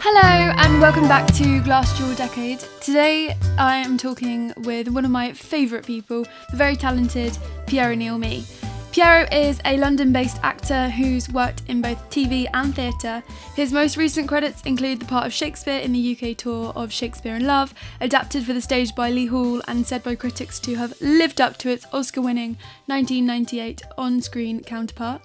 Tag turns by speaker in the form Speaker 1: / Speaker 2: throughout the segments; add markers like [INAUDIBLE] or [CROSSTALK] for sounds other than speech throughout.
Speaker 1: Hello and welcome back to Glass Jaw Decade. Today I am talking with one of my favourite people, the very talented Piero Neil Me. Piero is a London based actor who's worked in both TV and theatre. His most recent credits include the part of Shakespeare in the UK tour of Shakespeare in Love, adapted for the stage by Lee Hall and said by critics to have lived up to its Oscar winning 1998 on screen counterpart.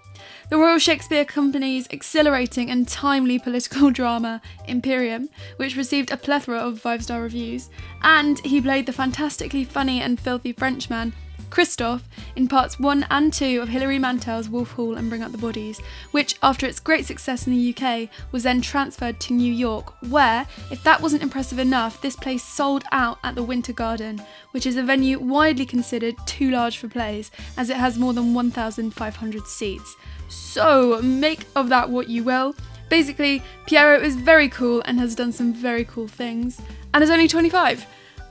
Speaker 1: The Royal Shakespeare Company's exhilarating and timely political [LAUGHS] drama, Imperium, which received a plethora of five star reviews, and he played the fantastically funny and filthy Frenchman, Christophe, in parts one and two of Hilary Mantel's Wolf Hall and Bring Up the Bodies, which, after its great success in the UK, was then transferred to New York, where, if that wasn't impressive enough, this place sold out at the Winter Garden, which is a venue widely considered too large for plays, as it has more than 1,500 seats. So make of that what you will. Basically, Piero is very cool and has done some very cool things, and is only 25.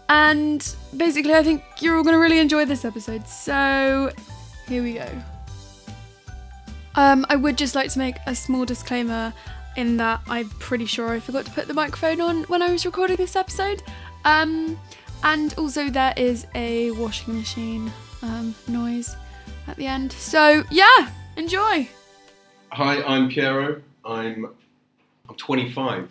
Speaker 1: And basically, I think you're all going to really enjoy this episode. So here we go. Um, I would just like to make a small disclaimer in that I'm pretty sure I forgot to put the microphone on when I was recording this episode. Um, and also, there is a washing machine um, noise at the end. So, yeah, enjoy.
Speaker 2: Hi, I'm Piero. I'm I'm 25.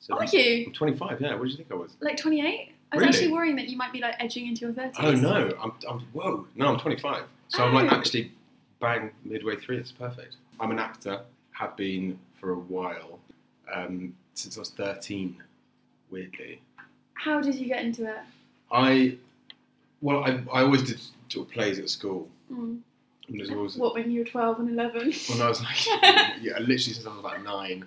Speaker 2: So
Speaker 1: Are you?
Speaker 2: I'm 25. Yeah. What did you think I was?
Speaker 1: Like 28? I was
Speaker 2: Really?
Speaker 1: actually worrying that you might be like edging into your 30s.
Speaker 2: Oh no. I'm, I'm whoa. No, I'm 25. So I'm like
Speaker 1: Oh.
Speaker 2: actually bang midway through. It's perfect. I'm an actor. Have been for a while. Um, since I was 13. Weirdly,
Speaker 1: How did you get into it?
Speaker 2: I well I, I always did sort of plays at school.
Speaker 1: Mm.
Speaker 2: And there's always
Speaker 1: What, when you were 12 and 11?
Speaker 2: when I was like, yeah, literally since I was about nine.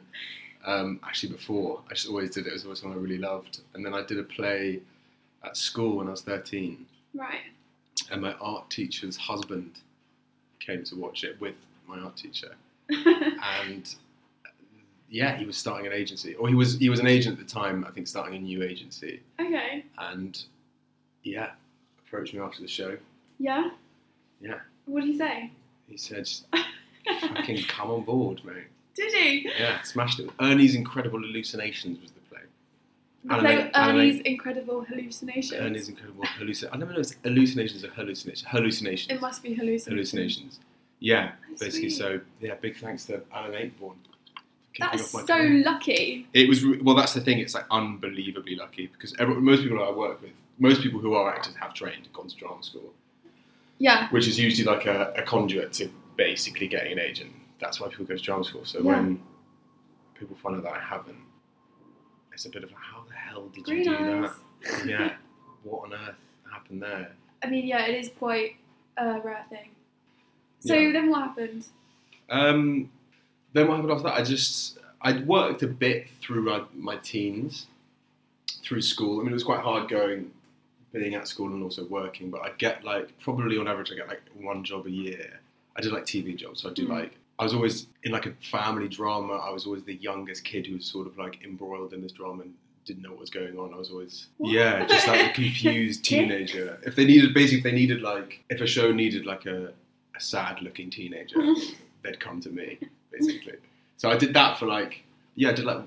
Speaker 2: Um, actually, before I just always did it. It was always something I really loved. And then I did a play at school when I was thirteen,
Speaker 1: [LAUGHS] right.
Speaker 2: and my art teacher's husband came to watch it with my art teacher. And yeah, he was starting an agency, or he was he was an agent at the time. I think starting a new agency,
Speaker 1: [LAUGHS] okay.
Speaker 2: and yeah, approached me after the show.
Speaker 1: Yeah?
Speaker 2: Yeah.
Speaker 1: What did he
Speaker 2: [LAUGHS]
Speaker 1: say?
Speaker 2: He said, "Fucking come on board, mate."
Speaker 1: did he?
Speaker 2: Yeah, smashed it. Ernie's Incredible Hallucinations was the play.
Speaker 1: The
Speaker 2: Anime-
Speaker 1: play
Speaker 2: anime-
Speaker 1: Ernie's Incredible Hallucinations.
Speaker 2: Ernie's Incredible Hallucinations. I never know if it's hallucinations or hallucinations. Hallucinations.
Speaker 1: It must be hallucinations.
Speaker 2: hallucinations. Yeah,
Speaker 1: Oh,
Speaker 2: basically.
Speaker 1: sweet.
Speaker 2: So, yeah, big thanks to Alan Aitborn. for kicking
Speaker 1: That's
Speaker 2: off my
Speaker 1: so
Speaker 2: career.
Speaker 1: lucky.
Speaker 2: It was, re- well, that's the thing. It's like unbelievably lucky because every, most people I work with, most people who are actors have trained and gone to drama school,
Speaker 1: Yeah.
Speaker 2: which is usually like a, a conduit to basically getting an agent. That's why people go to drama school. So
Speaker 1: Yeah.
Speaker 2: when people find out that I haven't, it's a bit of a, how the hell did
Speaker 1: Green
Speaker 2: you do that?
Speaker 1: eyes.
Speaker 2: yeah, what on earth happened there?
Speaker 1: I mean, yeah, it is quite a rare thing. So
Speaker 2: Yeah.
Speaker 1: then what happened?
Speaker 2: Um, then what happened after that? I just I'd worked a bit through my, my teens, through school. I mean, it was quite hard going, being at school and also working. But I'd get like probably on average I get like one job a year. I did like TV jobs, so I do
Speaker 1: Mm.
Speaker 2: like. I was always in like a family drama. I was always the youngest kid who was sort of like embroiled in this drama and didn't know what was going on. I was always
Speaker 1: What?
Speaker 2: yeah, just like a confused teenager. If they needed basically, if they needed like if a show needed like a, a sad looking teenager, they'd come to me basically. So I did that for like yeah, I did like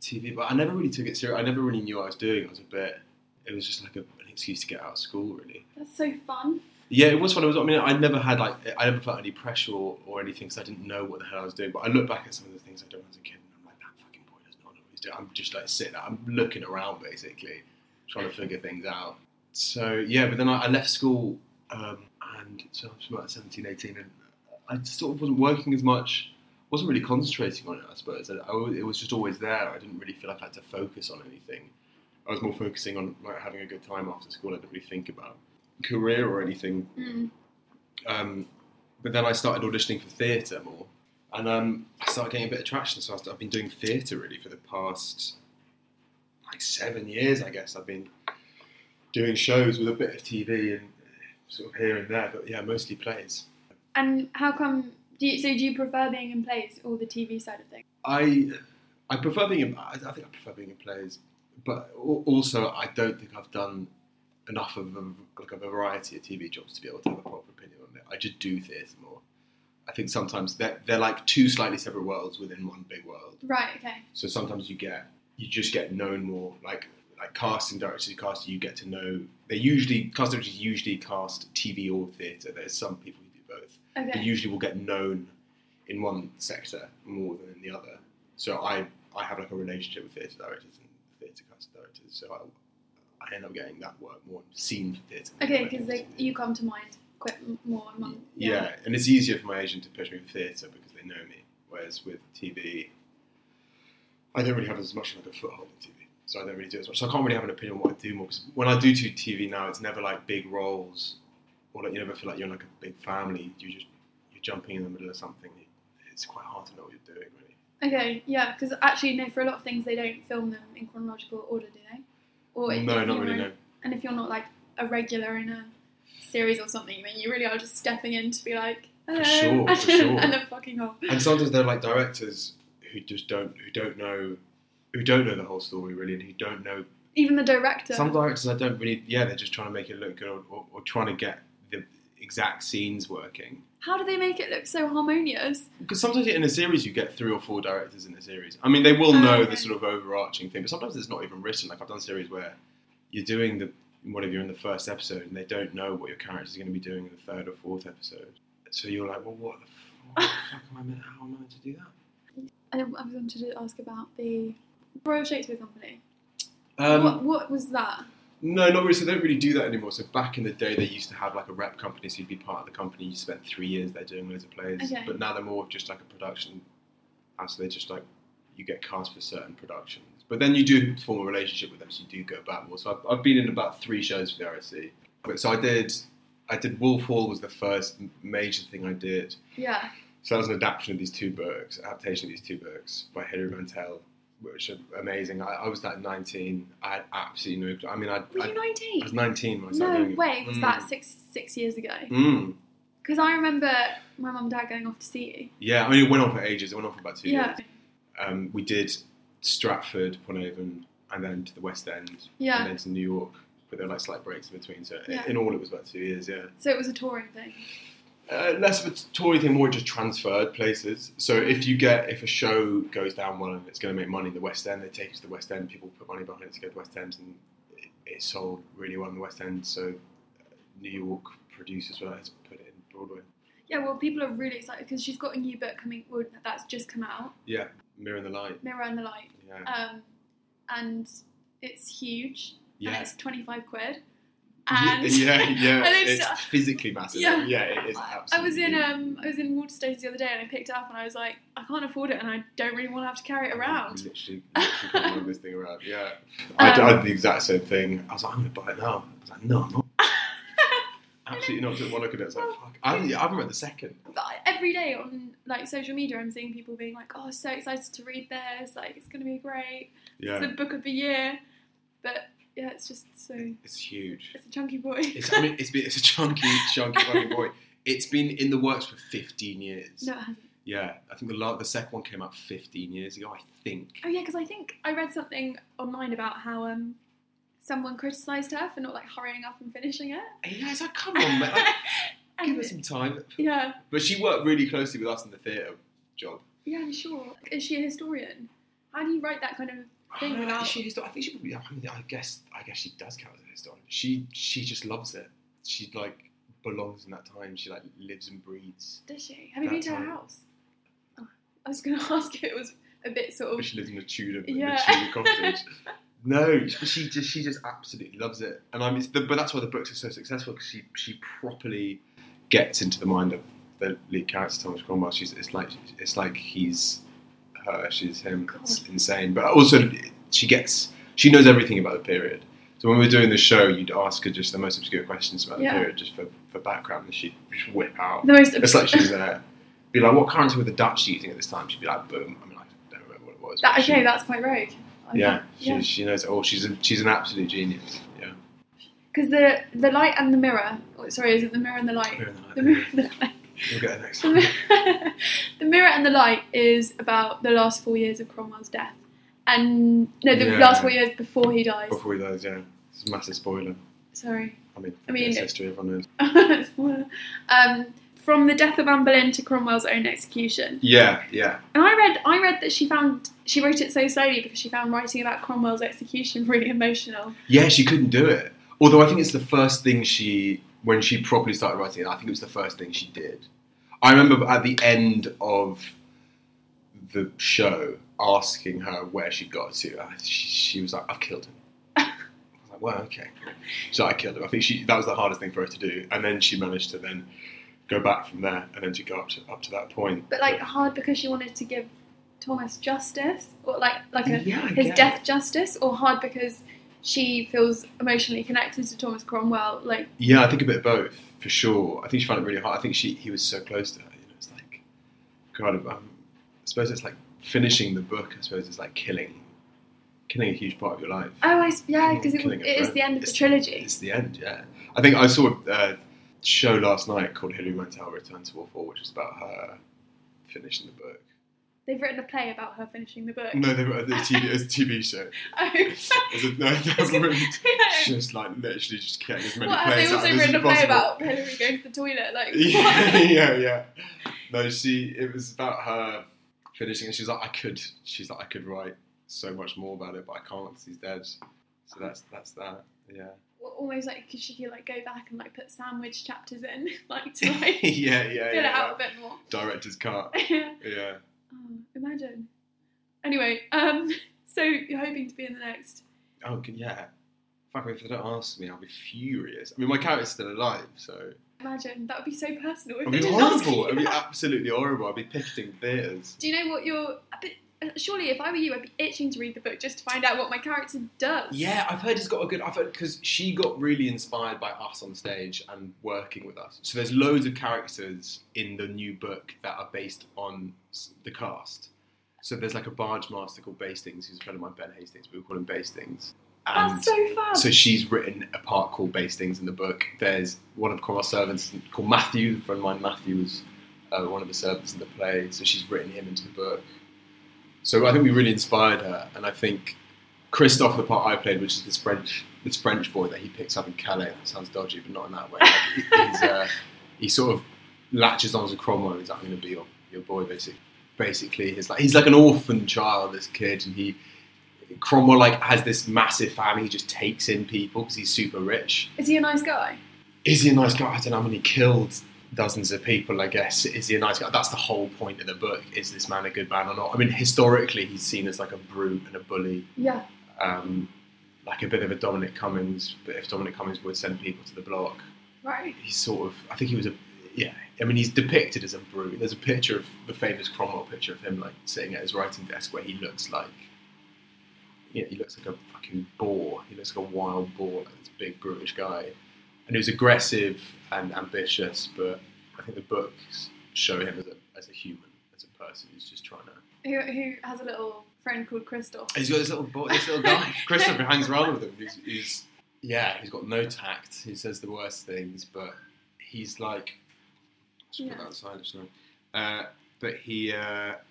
Speaker 2: TV, but I never really took it serious. I never really knew what I was doing. I was a bit. It was just like a, an excuse to get out of school, really.
Speaker 1: That's so fun.
Speaker 2: Yeah, it was fun. I was. I mean, I never had like I never felt any pressure or, or anything because I didn't know what the hell I was doing. But I look back at some of the things I've done as a kid, and I'm like, that fucking boy does not know what he's doing. I'm just like sitting. I'm looking around basically, trying to figure things out. So yeah, but then I, I left school, um, and so I was about 17, 18, and I sort of wasn't working as much. wasn't really concentrating on it. I suppose I, I always- it was just always there. I didn't really feel like I had to focus on anything. I was more focusing on like having a good time after school. I didn't really think about career or anything.
Speaker 1: Mm.
Speaker 2: Um, but then I started auditioning for theatre more, and um, I started getting a bit of traction. So I started, I've been doing theatre really for the past like seven years, I guess. I've been doing shows with a bit of TV and uh, sort of here and there, but yeah, mostly plays.
Speaker 1: And how come? Do you, so do you prefer being in plays or the TV side of things?
Speaker 2: I I prefer being in, I I think I prefer being in plays, but al- also I don't think I've done enough of a, like a variety of TV jobs to be able to have a proper opinion on it. I just do theatre more. I think sometimes they're, they're like two slightly separate worlds within one big world.
Speaker 1: Right. Okay.
Speaker 2: So sometimes you get you just get known more. Like like casting directors who cast, you get to know. They usually cast directors usually cast TV or theatre. There's some people who do both. They
Speaker 3: Okay.
Speaker 2: usually will get known in one sector more than in the other. So I I have like a relationship with theatre directors and theatre casting directors. So I I end up getting that work more seen for theatre. than
Speaker 3: Okay,
Speaker 2: anything
Speaker 3: because
Speaker 2: else.
Speaker 3: like you come to mind quite m- more among
Speaker 2: Yeah. and it's easier for my agent to push me for theatre because they know me. Whereas with TV, I don't really have as much like a foothold in TV, so I don't really do as much. So I can't really have an opinion on what I do more. Because when I do do TV now, it's never like big roles, or like you never feel like you're in like a big family. You just you're jumping in the middle of something. It's quite hard to know what you're doing really.
Speaker 3: Okay, yeah, because actually, no, for a lot of things they don't film them in chronological order, do they? Or if
Speaker 2: no, not
Speaker 3: you
Speaker 2: really.
Speaker 3: weren't-
Speaker 2: No,
Speaker 3: And if you're not like a regular in a series or something, then you really are just stepping in to be like, hello, [LAUGHS]
Speaker 2: sure, for sure.
Speaker 3: and then fucking off.
Speaker 2: and sometimes they're like directors who just don't who don't know who don't know the whole story really, and who don't know
Speaker 3: Even the director.
Speaker 2: Some directors I don't really. Yeah, they're just trying to make it look good, or, or, or trying to get the exact scenes working.
Speaker 3: How do they make it look so harmonious?
Speaker 2: Because sometimes in a series you get three or four directors in a series. I mean, they will
Speaker 3: Oh,
Speaker 2: know
Speaker 3: right.
Speaker 2: the sort of overarching thing, but sometimes it's not even written. Like I've done series where you're doing the whatever you're in the first episode, and they don't know what your character's going to be doing in the third or fourth episode. So you're like, well, what the, f- what the fuck am I meant? How am I meant to do that?
Speaker 3: I, I wanted to ask about the Royal Shakespeare Company.
Speaker 2: Um,
Speaker 3: what, what was that?
Speaker 2: No, not really. So they don't really do that anymore. So back in the day, they used to have like a rep company, so you'd be part of the company. You spent three years there doing loads of plays.
Speaker 3: Okay.
Speaker 2: But now they're more just like a production house. So they just like you get cast for certain productions. But then you do form a relationship with them, so you do go back more. So I've, I've been in about three shows for the RSC. But so I did, I did Wolf Hall was the first m- major thing I did.
Speaker 3: Yeah.
Speaker 2: So that was an adaptation of these two books, adaptation of these two books by Hilary Mantel, which are amazing. I, I was like 19. I had absolutely no. clue. I mean, I,
Speaker 3: Were
Speaker 2: I
Speaker 3: you
Speaker 2: I was
Speaker 3: 19?
Speaker 2: 19 when I started
Speaker 3: No
Speaker 2: doing it.
Speaker 3: way was
Speaker 2: Mm.
Speaker 3: that six six years ago.
Speaker 2: Mm.
Speaker 3: Because I remember my mum and dad going off to see you.
Speaker 2: Yeah, I mean, it went on for ages. It went on for about two
Speaker 3: Yeah.
Speaker 2: years. Um, we did Stratford, Pornhaven, and then to the West End,
Speaker 3: Yeah.
Speaker 2: and then to New York. But there were like slight breaks in between. So
Speaker 3: Yeah.
Speaker 2: in all, it was about two years. Yeah,
Speaker 3: So it was a touring thing.
Speaker 2: uh, less of a Tory thing, more just transferred places. So if you get if a show goes down well and it's going to make money in the West End, they take it to the West End. People put money behind it to go to West End, and it, it sold really well in the West End. So uh, New York producers were like, let's put it in Broadway.
Speaker 3: Yeah, well, people are really excited because she's got a new book coming. Well, that's just come out,
Speaker 2: Yeah, Mirror in the Light.
Speaker 3: Mirror and the Light,
Speaker 2: Yeah.
Speaker 3: um, and it's huge. And
Speaker 2: Yeah.
Speaker 3: it's twenty five
Speaker 2: Y-
Speaker 3: quid.
Speaker 2: [LAUGHS]
Speaker 3: And
Speaker 2: yeah, yeah,
Speaker 3: [LAUGHS] and it's-
Speaker 2: it's, physically massive.
Speaker 3: Yeah.
Speaker 2: Yeah, it is. Absolutely.
Speaker 3: I was in um I was in Waterstones the other day and I picked it up and I was like I can't afford it and I don't really want to have to carry
Speaker 2: Oh,
Speaker 3: it around.
Speaker 2: Literally, literally can't move this thing around. Yeah,
Speaker 3: Um,
Speaker 2: I, d- I did the exact same thing. I was like, I'm gonna buy it now. I was like, no, I'm
Speaker 3: [LAUGHS]
Speaker 2: not. Absolutely not. Took one look at it. I was
Speaker 3: Oh,
Speaker 2: like, fuck. I haven't, I haven't read the second.
Speaker 3: But I- every day on like social media I'm seeing people being like oh so excited to read this like it's gonna be great
Speaker 2: Yeah,
Speaker 3: it's the book of the year but yeah it's just so
Speaker 2: it's huge.
Speaker 3: it's a chunky boy.
Speaker 2: It's I mean, it's been it's a chunky, chunky fucking boy. It's been in the works for 15 years.
Speaker 3: [LAUGHS] no, it hasn't.
Speaker 2: Yeah, I think the la- the second one came out 15 years ago. I think.
Speaker 3: Oh yeah, because I think I read something online about how um, someone criticised her for not like hurrying up and finishing it.
Speaker 2: Yeah, it's like come on, man.
Speaker 3: [LAUGHS]
Speaker 2: Like, Oh, give
Speaker 3: And-
Speaker 2: us some time.
Speaker 3: yeah,
Speaker 2: But she worked really closely with us in the theatre job.
Speaker 3: yeah, I'm sure. Is she a historian? How do you write that kind of? Think
Speaker 2: Uh,
Speaker 3: about-
Speaker 2: is she a histo- I think she probably. I mean, I guess. I guess she does count as a historian. She she just loves it. She like belongs in that time. She like lives and breathes.
Speaker 3: Does she? Have you been
Speaker 2: That's
Speaker 3: to her
Speaker 2: how-
Speaker 3: house? Oh, I was going to [LAUGHS] ask if it was a bit sort of.
Speaker 2: She lives in a Tudor,
Speaker 3: Yeah.
Speaker 2: in a Tudor cottage.
Speaker 3: [LAUGHS]
Speaker 2: no, but she just she just absolutely loves it. And I mean, it's the, but that's why the books are so successful because she she properly gets into the mind of the lead character Thomas Cromwell. She's it's like it's like he's her, she's him. It's insane. But also she gets she knows everything about the period. So when we were doing the show, you'd ask her just the most obscure questions about the
Speaker 3: Yeah.
Speaker 2: period, just for, for background, and she'd just whip out
Speaker 3: The most.
Speaker 2: [LAUGHS] it's like she was there. Be like, what currency were the Dutch using at this time? She'd be like, boom. I mean, I don't remember what it was.
Speaker 3: that,
Speaker 2: but
Speaker 3: okay,
Speaker 2: she-
Speaker 3: that's quite rogue. I
Speaker 2: yeah, she,
Speaker 3: yeah.
Speaker 2: she knows it all. She's a, she's an absolute genius. Yeah.
Speaker 3: Because the the light and the mirror. Oh, sorry, is it the mirror and the light? The mirror and the light.
Speaker 2: We'll get her next
Speaker 3: The
Speaker 2: time.
Speaker 3: Mir- [LAUGHS] the Mirror and the Light is about the last four years of Cromwell's death, and no, the
Speaker 2: Yeah.
Speaker 3: last four years before he dies.
Speaker 2: Before we those, yeah. It's a massive spoiler.
Speaker 3: Sorry, [LAUGHS]
Speaker 2: I mean,
Speaker 3: I mean,
Speaker 2: it's
Speaker 3: it-
Speaker 2: history, everyone knows.
Speaker 3: Spoiler. um, from the death of Anne Boleyn to Cromwell's own execution.
Speaker 2: Yeah, yeah.
Speaker 3: And I read, I read that she found she wrote it so slowly because she found writing about Cromwell's execution [LAUGHS] really emotional.
Speaker 2: Yeah, she couldn't do it. Although I think it's the first thing she, when she properly started writing it, I think it was the first thing she did. I remember at the end of the show asking her where she got to. Uh, She, she was like, I've killed him.
Speaker 3: [LAUGHS]
Speaker 2: I was like, well, okay. So I killed him. I think she, that was the hardest thing for her to do. And then she managed to then go back from there and then to go up to, up to that point.
Speaker 3: but like hard because she wanted to give Thomas justice, or like
Speaker 2: [LAUGHS]
Speaker 3: like a,
Speaker 2: Yeah, I
Speaker 3: his
Speaker 2: get
Speaker 3: death justice, or hard because she feels emotionally connected to Thomas Cromwell. Like
Speaker 2: Yeah, I think a bit of both for sure. I think she found it really hard. I think she he was so close to her. You know, it's like kind of. Um, I suppose it's like finishing the book. I suppose it's like killing, killing a huge part of your life.
Speaker 3: oh, I s- yeah, because it,
Speaker 2: Killing a
Speaker 3: it is
Speaker 2: friend.
Speaker 3: the end of the
Speaker 2: It's-
Speaker 3: trilogy.
Speaker 2: It's the end. Yeah, I think I saw a uh, show last night called Hilary Mantel Return to War, which is about her finishing the book.
Speaker 3: They've written a play about her finishing the book.
Speaker 2: No, they were the TV. It's a TV show.
Speaker 3: [LAUGHS]
Speaker 2: [LAUGHS]
Speaker 3: Oh. [LAUGHS]
Speaker 2: It's a, no, they
Speaker 3: It's
Speaker 2: were
Speaker 3: good. [LAUGHS] Yeah.
Speaker 2: just like literally just getting as many
Speaker 3: What have
Speaker 2: plays
Speaker 3: they
Speaker 2: out
Speaker 3: also
Speaker 2: of it as
Speaker 3: written a play
Speaker 2: possible.
Speaker 3: about Hillary goes to the toilet? Like
Speaker 2: [LAUGHS] yeah,
Speaker 3: what?
Speaker 2: yeah, yeah. No, she. It was about her finishing, and she's like, I could. She's like, I could write so much more about it, but I can't 'cause he's dead. So that's that's that. Yeah. [LAUGHS]
Speaker 3: [LAUGHS] almost like could she could like go back and like put sandwich chapters in, [LAUGHS] like
Speaker 2: [LAUGHS]
Speaker 3: to like fill
Speaker 2: yeah, yeah, yeah.
Speaker 3: it out
Speaker 2: yeah.
Speaker 3: a bit more. [LAUGHS]
Speaker 2: Director's cut. Yeah.
Speaker 3: Oh, imagine. Anyway, um, [LAUGHS] so you're hoping to be in the next.
Speaker 2: Oh, good, yeah. Fuck, if they don't ask me, I'll be furious. I mean, my character's still alive, so
Speaker 3: Imagine that would be so personal. If
Speaker 2: it'll
Speaker 3: they
Speaker 2: be
Speaker 3: didn't ask
Speaker 2: horrible.
Speaker 3: you
Speaker 2: It'll be
Speaker 3: that.
Speaker 2: absolutely horrible. I'll be picketing theatres.
Speaker 3: Do you know what your? a bit- uh, Surely, if I were you, I'd be itching to read the book just to find out what my character does.
Speaker 2: Yeah, I've heard it's got a good. I've heard because she got really inspired by us on stage and working with us. So there's loads of characters in the new book that are based on s- the cast. So there's like a barge master called Bastings, who's a friend of mine, Ben Hastings. We call him Bastings. And
Speaker 3: that's so fun.
Speaker 2: so she's written a part called Bastings in the book. There's one of Cromwell's servants called Matthew. A friend of mine, Matthew, was uh, one of the servants in the play. So she's written him into the book. So I think we really inspired her, and I think Christophe, the part I played, which is this French this French boy that he picks up in Calais. That sounds dodgy, but not in that way. Like, he's, uh, he sort of latches onto Cromwell. and He's like, "I'm going to be your, your boy," basically. Basically, he's like he's like an orphan child, this kid, and he Cromwell like has this massive family. He just takes in people because he's super rich.
Speaker 3: Is he a nice guy?
Speaker 2: Is he a nice guy? I don't know. I mean, he killed dozens of people. I guess is he a nice guy? That's the whole point of the book. Is this man a good man or not? I mean, historically, he's seen as like a brute and a bully,
Speaker 3: Yeah.
Speaker 2: um, like a bit of a Dominic Cummings. But if Dominic Cummings would send people to the block,
Speaker 3: Right.
Speaker 2: he's sort of I think he was a yeah I mean he's depicted as a brute there's a picture of the famous Cromwell picture of him like sitting at his writing desk where he looks like yeah he looks like a fucking boar he looks like a wild boar like this big brutish guy and he was aggressive and ambitious but I think the books show him as a, as a human as a person who's just trying to
Speaker 3: Who, who has a little friend called Christoph?
Speaker 2: He's got this little boy, this little guy, [LAUGHS] Christopher, who hangs around with him. He's, he's yeah, he's got no tact. He says the worst things, but he's like. I should put
Speaker 3: Yeah.
Speaker 2: that aside, actually. Uh, but he, uh,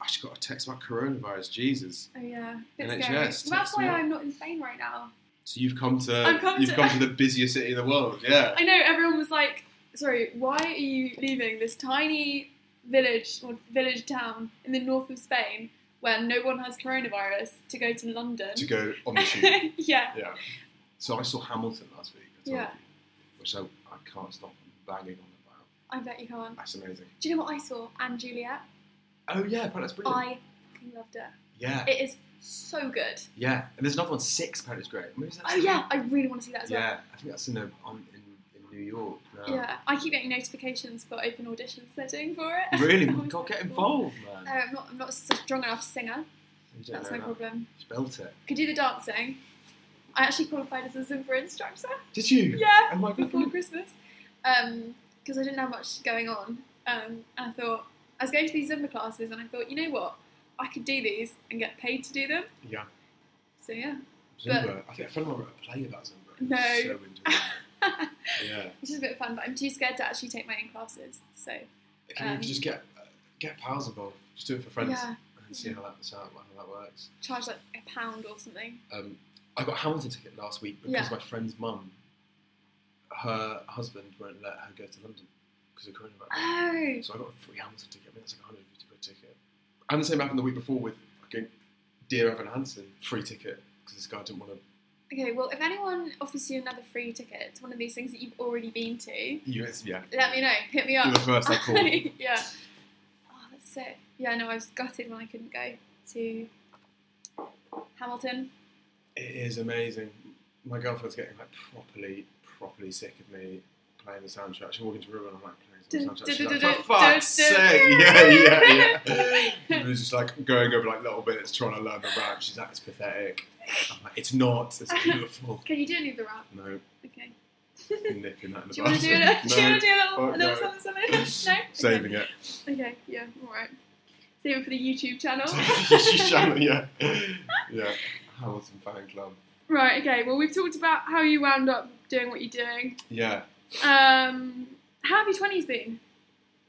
Speaker 2: I just got a text about coronavirus. Jesus,
Speaker 3: Oh yeah. Bit
Speaker 2: NHS,
Speaker 3: scary. Well, that's
Speaker 2: text
Speaker 3: why
Speaker 2: me.
Speaker 3: I'm not in Spain right now.
Speaker 2: so you've come to,
Speaker 3: I've come
Speaker 2: you've
Speaker 3: to-
Speaker 2: come to the busiest city in the world. Yeah,
Speaker 3: I know everyone was like, "Sorry, why are you leaving this tiny village or village town in the north of Spain where no one has coronavirus to go to London?"
Speaker 2: to go on the
Speaker 3: [LAUGHS]
Speaker 2: tube.
Speaker 3: yeah,
Speaker 2: yeah. So I saw Hamilton last week. I told
Speaker 3: Yeah.
Speaker 2: you, which I, I can't stop banging on about.
Speaker 3: I bet you can't.
Speaker 2: That's amazing.
Speaker 3: Do you know what I saw? Anne Juliet.
Speaker 2: Oh yeah, but that's brilliant.
Speaker 3: I fucking loved it.
Speaker 2: yeah,
Speaker 3: It is so good.
Speaker 2: yeah. And there's another one, Six Paris Great. Where is that?
Speaker 3: Oh yeah, I really want to see that as well.
Speaker 2: Yeah, I think that's in a, on, in, in New York. Now.
Speaker 3: Yeah, I keep getting notifications for open auditions they're doing for it. [LAUGHS]
Speaker 2: Really,
Speaker 3: I'm
Speaker 2: we
Speaker 3: always
Speaker 2: got get
Speaker 3: like, "Oh."
Speaker 2: involved,
Speaker 3: No,
Speaker 2: man.
Speaker 3: I'm not. I'm not a strong enough singer.
Speaker 2: You don't
Speaker 3: That's
Speaker 2: know
Speaker 3: my
Speaker 2: that.
Speaker 3: problem.
Speaker 2: Just belt it.
Speaker 3: Could do the dancing. I actually qualified as a Zumba instructor. [LAUGHS]
Speaker 2: Did you?
Speaker 3: Yeah.
Speaker 2: Oh my God.
Speaker 3: before Christmas because I didn't have much going on. Um, and I thought I was going to these Zumba classes, and I thought, you know what, I could do these and get paid to do them.
Speaker 2: Yeah.
Speaker 3: So yeah, [LAUGHS]
Speaker 2: Zumba. I think I found out a play about Zumba.
Speaker 3: No.
Speaker 2: So into
Speaker 3: [LAUGHS]
Speaker 2: it. yeah.
Speaker 3: which is a bit of fun, but I'm too scared to actually take my own classes. So
Speaker 2: Can
Speaker 3: Um,
Speaker 2: you just get uh, get pals involved? Just do it for friends
Speaker 3: yeah,
Speaker 2: and see how that works out, how that works.
Speaker 3: charge like a pound or something.
Speaker 2: Um, I got a Hamilton ticket last week because
Speaker 3: Yeah.
Speaker 2: my friend's mum, her husband won't let her go to London. because of coronavirus.
Speaker 1: Oh,
Speaker 2: So I got a free Hamilton ticket. I mean, that's like 150 quid ticket. And the same happened the week before with fucking Dear Evan Hansen, free ticket because this guy didn't want to.
Speaker 3: Okay, well, if anyone offers you another free ticket to one of these things that you've already been to,
Speaker 2: US, yeah.
Speaker 3: let me know. Hit me up.
Speaker 2: You're the first I
Speaker 3: [LAUGHS]
Speaker 2: call.
Speaker 3: yeah. Oh, that's sick. Yeah, no, I was gutted when I couldn't go to Hamilton.
Speaker 2: It is amazing. My girlfriend's getting like properly, properly sick of me playing the soundtrack. She walked into a room and I'm like playing some soundtrack. She's like, for fuck's sake! Yeah, yeah,
Speaker 3: [LAUGHS]
Speaker 2: yeah. It was just like going over like little bits, trying to learn the rap. She's like, it's pathetic. I'm like, it's not. It's beautiful. [LAUGHS]
Speaker 3: Can you do any of the rap? [LAUGHS]
Speaker 2: No,
Speaker 3: Okay.
Speaker 2: nipping that in the
Speaker 3: Do you want to do
Speaker 2: [LAUGHS]
Speaker 3: it?
Speaker 2: bud.
Speaker 3: [LAUGHS] Do you want to do a little,
Speaker 2: Fuck
Speaker 3: a little
Speaker 2: no.
Speaker 3: something, something? [LAUGHS]
Speaker 2: [LAUGHS]
Speaker 3: No? Okay.
Speaker 2: Saving it.
Speaker 3: Okay, yeah, alright. Save it for the YouTube
Speaker 2: [LAUGHS]
Speaker 3: channel.
Speaker 2: She's shallow, yeah. Yeah. Hamilton fan club.
Speaker 3: [LAUGHS] right, okay, well, we've talked about how you wound up doing what you're doing.
Speaker 2: Yeah.
Speaker 3: Um, how have your twenties been?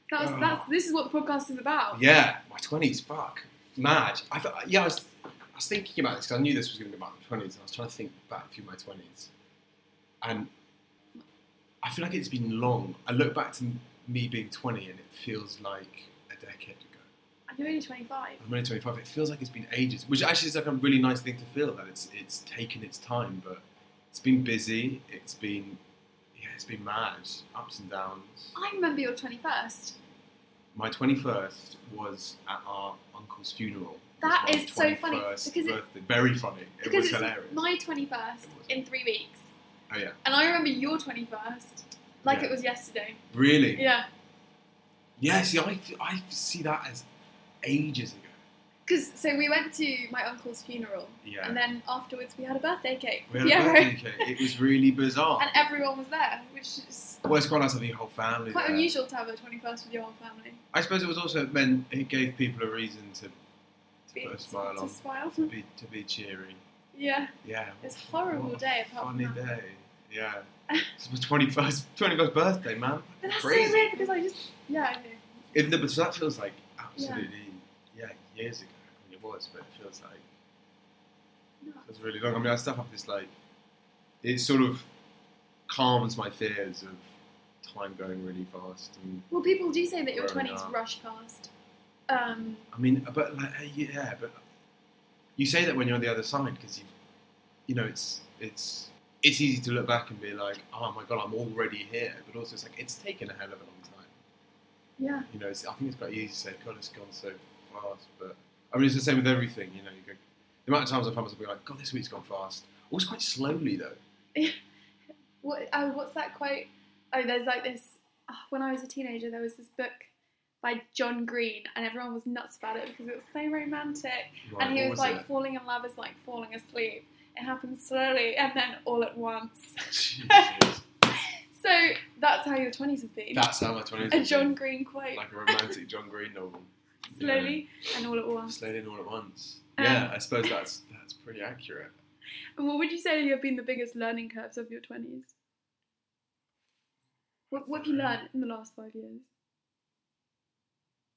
Speaker 3: That's,
Speaker 2: Oh.
Speaker 3: that's this is what the podcast is about.
Speaker 2: Yeah, my twenties, fuck, mad. I thought, yeah, I was, I was thinking about this because I knew this was going to be about my twenties, and I was trying to think back through my twenties, and I feel like it's been long. I look back to me being twenty, and it feels like a decade ago.
Speaker 3: I'm only 25.
Speaker 2: I'm only twenty-five. It feels like it's been ages, which actually is like a really nice thing to feel that it's it's taken its time, but it's been busy. It's been yeah, it's been mad, ups and downs.
Speaker 3: I remember your 21st.
Speaker 2: My 21st was at our uncle's funeral.
Speaker 3: That
Speaker 2: It was
Speaker 3: is
Speaker 2: my
Speaker 3: so funny,
Speaker 2: 21st
Speaker 3: because it-
Speaker 2: birthday. very funny. It
Speaker 3: Because
Speaker 2: was
Speaker 3: it's
Speaker 2: hilarious.
Speaker 3: my 21st in three weeks.
Speaker 2: oh yeah,
Speaker 3: And I remember your 21st like
Speaker 2: Yeah.
Speaker 3: it was yesterday.
Speaker 2: really?
Speaker 3: Yeah.
Speaker 2: Yeah. See, I, I see that as ages ago.
Speaker 3: Because so we went to my uncle's funeral.
Speaker 2: Yeah.
Speaker 3: And then afterwards we had a birthday cake.
Speaker 2: we had
Speaker 3: [LAUGHS] yeah.
Speaker 2: a birthday cake. It was really bizarre.
Speaker 3: And everyone was there, which is
Speaker 2: well, it's quite nice having your whole family.
Speaker 3: quite
Speaker 2: there.
Speaker 3: unusual to have a 21st with your whole family.
Speaker 2: I suppose it was also it meant it gave people a reason to
Speaker 3: To be-
Speaker 2: put a smile
Speaker 3: to
Speaker 2: on.
Speaker 3: smile. [LAUGHS]
Speaker 2: to be to be cheery.
Speaker 3: yeah.
Speaker 2: Yeah.
Speaker 3: It's a horrible
Speaker 2: What a
Speaker 3: day apart
Speaker 2: Funny
Speaker 3: from that.
Speaker 2: day.
Speaker 3: [LAUGHS]
Speaker 2: Yeah. it's my twenty first twenty first birthday, man.
Speaker 3: But that's
Speaker 2: Crazy.
Speaker 3: so weird because I just yeah, I know.
Speaker 2: It, no, but so that feels like absolutely, yeah, years ago. I mean, it was, but it feels like it was really long. I mean, I still have this like, it sort of calms my fears of time going really fast. And
Speaker 3: Well, people do say that your
Speaker 2: Growing
Speaker 3: twenties
Speaker 2: up.
Speaker 3: rush past. Um,
Speaker 2: I mean, but like, uh, yeah, but you say that when you're on the other side because you, you know, it's it's it's easy to look back and be like, oh my god, I'm already here. But also, it's like it's taken a hell of a long time.
Speaker 3: yeah,
Speaker 2: you know, it's, I think it's quite easy to say, God, it's gone so fast. But I mean, it's the same with everything, you know. You go, the amount of times I found myself being like, God, this week's gone fast. Always quite slowly though.
Speaker 3: what oh, what's that quote? Oh, there's like this. ah, when I was a teenager, there was this book by John Green, and everyone was nuts about it because it was so romantic.
Speaker 2: Right,
Speaker 3: and he
Speaker 2: what
Speaker 3: was, like,
Speaker 2: it?
Speaker 3: falling in love is like falling asleep. It happens slowly and then all at once.
Speaker 2: [LAUGHS] Jesus.
Speaker 3: So that's how your twenties have been.
Speaker 2: That's how my
Speaker 3: [LAUGHS]
Speaker 2: twenties.
Speaker 3: a John Green quote,
Speaker 2: like a romantic John Green
Speaker 3: [LAUGHS]
Speaker 2: novel. you know,
Speaker 3: slowly and all at once.
Speaker 2: slowly and all at once.
Speaker 3: Um,
Speaker 2: yeah, I suppose that's that's pretty accurate.
Speaker 3: And what would you say have been the biggest learning curves of your 20s? What, what have you learned in the last five years?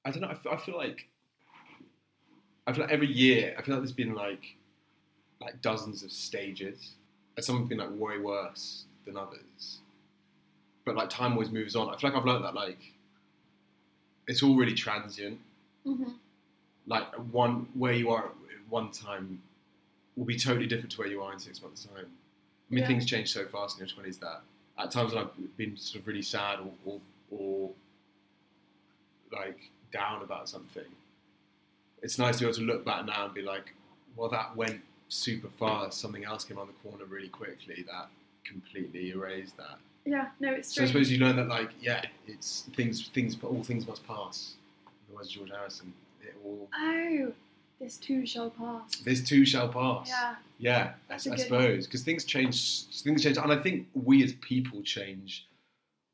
Speaker 2: I don't know. I feel, I feel like I feel like every year I feel like there's been like like dozens of stages, and some have been like way worse than others. But like time always moves on. I feel like I've learned that like it's all really transient.
Speaker 3: Mm-hmm.
Speaker 2: Like one where you are at one time will be totally different to where you are in six months' time. I mean,
Speaker 3: Yeah.
Speaker 2: things change so fast in your twenties that at times when I've been sort of really sad or or, or like down about something, it's nice to be able to look back now and be like, well, that went super fast. Something else came around the corner really quickly that completely erased that.
Speaker 3: Yeah, no, it's
Speaker 2: So I
Speaker 3: true.
Speaker 2: suppose you learn that, like, yeah, it's things, things, all things must pass. Otherwise, George Harrison, it all.
Speaker 3: oh, this too shall pass.
Speaker 2: This too shall pass.
Speaker 3: Yeah,
Speaker 2: Yeah, I, I
Speaker 3: That's a good-
Speaker 2: suppose because things change. Things change, and I think we as people change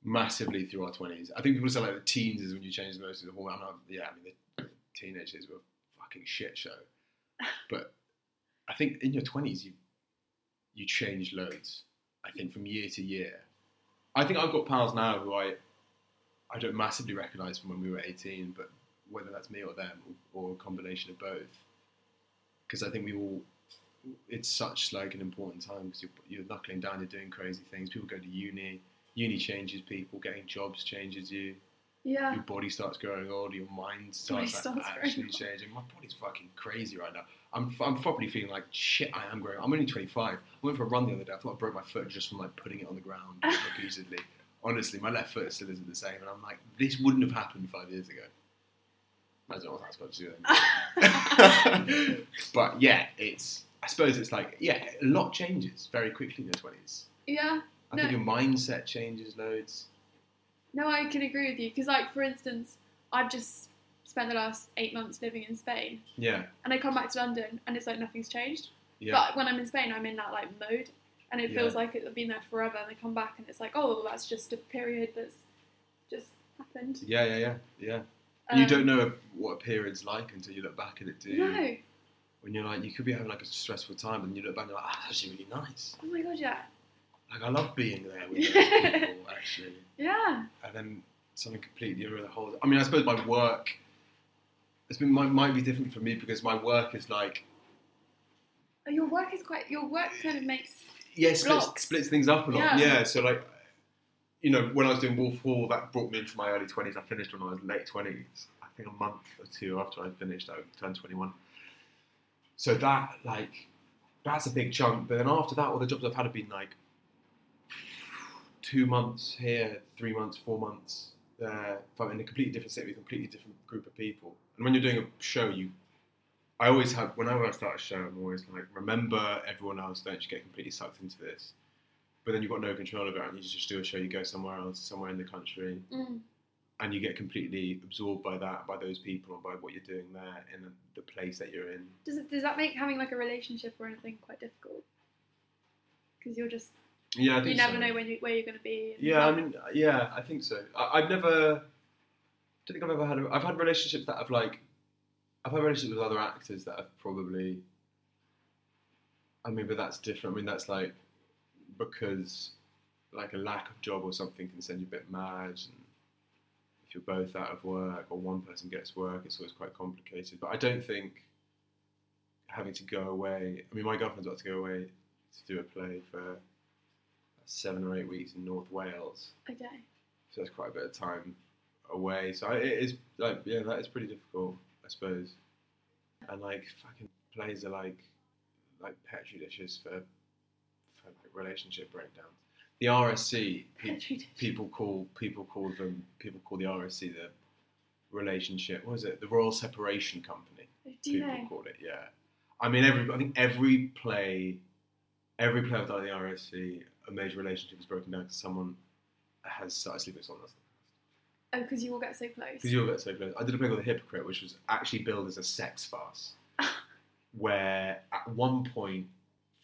Speaker 2: massively through our twenties. I think people say like the teens is when you change the most of the whole. And I, yeah, I mean the teenage years were a fucking shit
Speaker 3: [LAUGHS]
Speaker 2: show, but I think in your twenties you you change loads. I think from year to year. I think I've got pals now who I I don't massively recognise from when we were eighteen, but whether that's me or them or, or a combination of both, because I think we all it's such like an important time because you're, you're knuckling down, you're doing crazy things. People go to uni, uni changes people, getting jobs changes you.
Speaker 3: Yeah.
Speaker 2: your body starts growing old, your mind
Speaker 3: Body
Speaker 2: starts,
Speaker 3: starts
Speaker 2: like,
Speaker 3: growing
Speaker 2: actually changing. My body's fucking crazy right now. I'm, f- I'm probably feeling like shit. I am growing. I'm only 25. I went for a run the other day. I thought I broke my foot just from like putting it on the
Speaker 3: [LAUGHS]
Speaker 2: ground repeatedly. Honestly, my left foot still isn't the same, and I'm like, this wouldn't have happened five years ago. I don't know what that's got to do.
Speaker 3: [LAUGHS]
Speaker 2: Then. [LAUGHS] but yeah, it's. I suppose it's like yeah, a lot changes very quickly in your 20s.
Speaker 3: yeah.
Speaker 2: I
Speaker 3: No.
Speaker 2: think your mindset changes loads.
Speaker 3: No, I can agree with you because, like, for instance, I've just spent the last eight months living in Spain,
Speaker 2: Yeah,
Speaker 3: and I come back to London, and it's like nothing's changed.
Speaker 2: yeah.
Speaker 3: But when I'm in Spain, I'm in that like mode, and it feels
Speaker 2: Yeah.
Speaker 3: like it's been there forever. And I come back, and it's like, oh, well, that's just a period that's just happened.
Speaker 2: Yeah, yeah, yeah, yeah.
Speaker 3: Um,
Speaker 2: you don't know what a period's like until you look back at it, do you?
Speaker 3: No.
Speaker 2: When you're like, you could be having like a stressful time, and you look back and you're like, ah, that's actually really nice.
Speaker 3: Oh my god, yeah,
Speaker 2: Like I love being there with those
Speaker 3: [LAUGHS]
Speaker 2: people, actually.
Speaker 3: yeah,
Speaker 2: And then something completely other the whole. I mean, I suppose my work. It's been might, might be different for me because my work is like
Speaker 3: Oh, your work is quite. Your work kind of makes.
Speaker 2: yeah, splits,
Speaker 3: Blocks.
Speaker 2: splits things up a lot.
Speaker 3: Yeah.
Speaker 2: Yeah. so like, you know, when I was doing Wolf Hall, that brought me into my early twenties. I finished when I was late twenties. I think a month or two after I finished, I turned twenty-one. So that like, that's a big chunk. But then after that, all the jobs I've had have been like two months here, three months, four months there, from in a completely different city, with a completely different group of people. And when you're doing a show, you I always have, whenever I start a show, I'm always like, remember everyone else, don't you get completely sucked into this. But then you've got no control of it, and you just do a show, you go somewhere else, somewhere in the country,
Speaker 3: Mm,
Speaker 2: and you get completely absorbed by that, by those people, and by what you're doing there, in the place that you're in.
Speaker 3: Does it, does that make having like a relationship or anything quite difficult? Because you're just
Speaker 2: Yeah, I think
Speaker 3: you never
Speaker 2: so.
Speaker 3: know when you where you're going to be. and
Speaker 2: Yeah,
Speaker 3: how-
Speaker 2: I mean, yeah, I think so. I, I've never, I don't think I've ever had. A, I've had relationships that have like, I've had relationships with other actors that have probably. I mean, but that's different. I mean, that's like because like a lack of job or something can send you a bit mad, and if you're both out of work or one person gets work, it's always quite complicated. But I don't think having to go away. I mean, my girlfriend's about to go away to do a play for seven or eight weeks in North Wales,
Speaker 3: [LAUGHS] okay.
Speaker 2: so that's quite a bit of time away. So I- it is like yeah, that is pretty difficult, I suppose. And like fucking plays are like like petri dishes for for like relationship breakdowns. The RSC pe-
Speaker 3: Petri dish.
Speaker 2: people call people call them people call the RSC the relationship. What is it? The Royal Separation Company
Speaker 3: Do you
Speaker 2: people
Speaker 3: know?
Speaker 2: call it. Yeah, I mean, every I think every play, every play I've done in the RSC, a major relationship is broken down because someone has started sleeping with someone else.
Speaker 3: Oh, because you all get so close.
Speaker 2: Because you all get so close. I did a play called The Hypocrite, which was actually billed as a sex farce,
Speaker 3: [LAUGHS]
Speaker 2: where at one point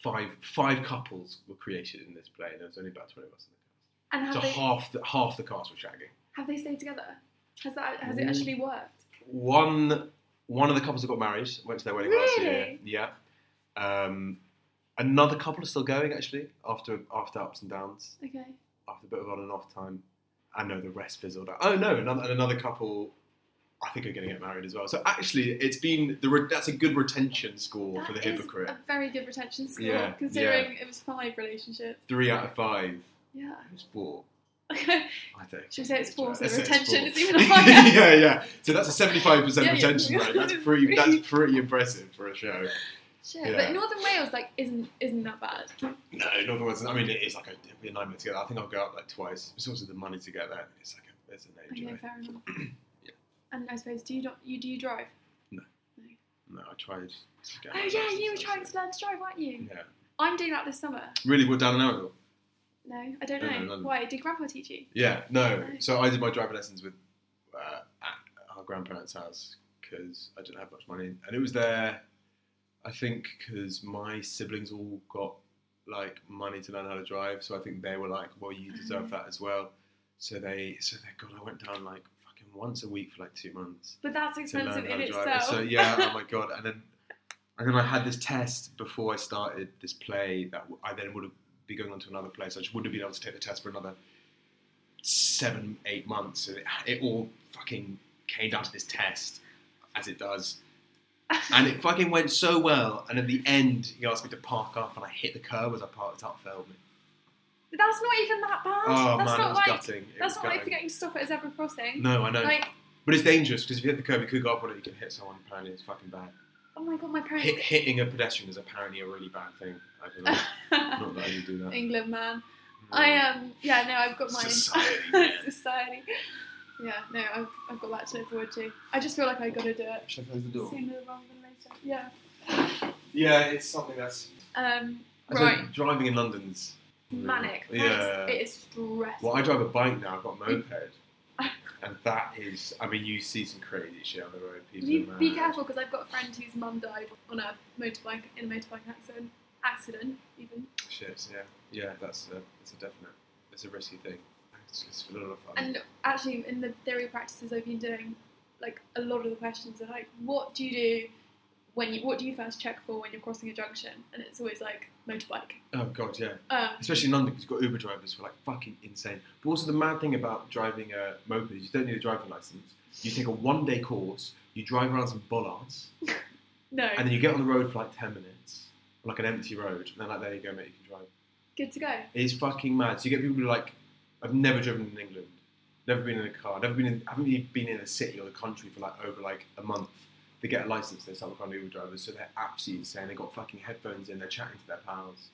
Speaker 2: five five couples were created in this play, and there was only about twenty of us in
Speaker 3: And
Speaker 2: the cast.
Speaker 3: have
Speaker 2: So
Speaker 3: they
Speaker 2: half the, half the cast were shagging.
Speaker 3: have they stayed together? Has that has it
Speaker 2: Ooh.
Speaker 3: actually worked?
Speaker 2: one one of the couples that got married went to their wedding last
Speaker 3: Really?
Speaker 2: year. Yeah. Um, another couple are still going actually after after ups and downs,
Speaker 3: Okay.
Speaker 2: after a bit of on and off time. I know the rest fizzled out. Oh no, another, and another couple. I think are going to get married as well. So actually, it's been the re- that's a good retention score for the
Speaker 3: That is
Speaker 2: hypocrite.
Speaker 3: a very good retention score
Speaker 2: Yeah,
Speaker 3: considering it was five relationships.
Speaker 2: Three out of five.
Speaker 3: Yeah. [LAUGHS]
Speaker 2: Who's four? I don't.
Speaker 3: Should we say it's four, so
Speaker 2: Let's say
Speaker 3: the
Speaker 2: it's
Speaker 3: retention
Speaker 2: four. [LAUGHS]
Speaker 3: is even higher?
Speaker 2: yeah, yeah. So that's a seventy-five percent
Speaker 3: Yeah, yeah.
Speaker 2: retention rate. That's
Speaker 3: [LAUGHS]
Speaker 2: pretty. That's pretty impressive for a show.
Speaker 3: Shit.
Speaker 2: Yeah.
Speaker 3: But Northern Wales like isn't isn't that bad.
Speaker 2: No, not the ones. I mean, it is like a, it'd be a nightmare to get there. I think I'll go up like twice. It's also the money to get there. It's like a, it's an age.
Speaker 3: Okay,
Speaker 2: right?
Speaker 3: Oh, fair enough.
Speaker 2: Yeah.
Speaker 3: And I suppose do you not you do you drive?
Speaker 2: No, I tried. To get
Speaker 3: Oh
Speaker 2: my
Speaker 3: yeah,
Speaker 2: license,
Speaker 3: you were
Speaker 2: that's
Speaker 3: trying
Speaker 2: it.
Speaker 3: to learn to drive, weren't you?
Speaker 2: Yeah,
Speaker 3: I'm doing that this summer.
Speaker 2: really. What down in Arundel?
Speaker 3: No, I don't
Speaker 2: No, no,
Speaker 3: know.
Speaker 2: no, no.
Speaker 3: Why? Did grandpa teach you?
Speaker 2: Yeah, no.
Speaker 3: Right.
Speaker 2: So I did my driving lessons with uh, at our grandparents' house because I didn't have much money, and it was there. I think because my siblings all got like money to learn how to drive, so I think they were like, "Well, you deserve
Speaker 3: Ah.
Speaker 2: that as well." So they, so they, God, I went down like fucking once a week for like two months.
Speaker 3: But that's
Speaker 2: to learn
Speaker 3: expensive
Speaker 2: how
Speaker 3: in
Speaker 2: to drive.
Speaker 3: itself.
Speaker 2: So yeah, oh my god! And then, and then I had this test before I started this play that w- I then would have be going on to another play. So I just wouldn't have been able to take the test for another seven, eight months. And it, it all fucking came down to this test, as it
Speaker 3: [LAUGHS]
Speaker 2: does. And it fucking went so well. And at the end, he asked me to park up, and I hit the curb as I parked up, failed me.
Speaker 3: [LAUGHS] But that's not even that bad.
Speaker 2: Oh
Speaker 3: that's
Speaker 2: man, it
Speaker 3: not
Speaker 2: was
Speaker 3: like
Speaker 2: gutting. It
Speaker 3: that's
Speaker 2: was
Speaker 3: not like
Speaker 2: gutting.
Speaker 3: forgetting to stop at a zebra crossing.
Speaker 2: No, I know.
Speaker 3: Like,
Speaker 2: but it's dangerous because if you hit the curb, you could go up on it, you can hit someone. Apparently, it's fucking bad.
Speaker 3: oh my god, my parents.
Speaker 2: Hit, hitting a pedestrian is apparently a really bad thing. I don't
Speaker 3: [LAUGHS]
Speaker 2: know. Not that I would do that.
Speaker 3: England man. I um yeah no I've got mine
Speaker 2: Society, man.
Speaker 3: [LAUGHS] society yeah no I've, I've got that to look forward to I just feel like I gotta do it
Speaker 2: Should I close the door?
Speaker 3: sooner rather than later yeah
Speaker 2: Yeah, it's something that's.
Speaker 3: um
Speaker 2: I said
Speaker 3: right
Speaker 2: driving in London's.
Speaker 3: manic
Speaker 2: Yeah.
Speaker 3: That's- it is stressful
Speaker 2: Well, I drive a bike now. I've got a moped, and that is. I mean, you see some crazy shit on the road. People
Speaker 3: You
Speaker 2: are
Speaker 3: be
Speaker 2: mad.
Speaker 3: careful because I've got a friend whose mum died on a motorbike in a motorbike accident accident even
Speaker 2: Shit. Yeah. Yeah. That's a. It's a definite. It's a risky thing. It's, it's a lot of fun.
Speaker 3: and actually in the theory practices I've been doing like a lot of the questions are like what do you do when you what do you first check for when you're crossing a junction and it's always like motorbike
Speaker 2: oh god. Yeah.
Speaker 3: um,
Speaker 2: Especially in London, because you've got Uber drivers who are like fucking insane. But also, the mad thing about driving a moped is you don't need a driving license. You take a one day course, you drive around some bollards,
Speaker 3: no
Speaker 2: and then you get on the road for like 10 minutes, on, like an empty road, and then like, there you go, mate, you can drive.
Speaker 3: Good to go.
Speaker 2: It's fucking mad. So you get people who like, I've never driven in England, never been in a car, never been in, haven't even been in a city or the country for like over like a month. They get a license, they start becoming Uber drivers, so they're absolutely insane. They've got fucking headphones in, they're chatting to their pals,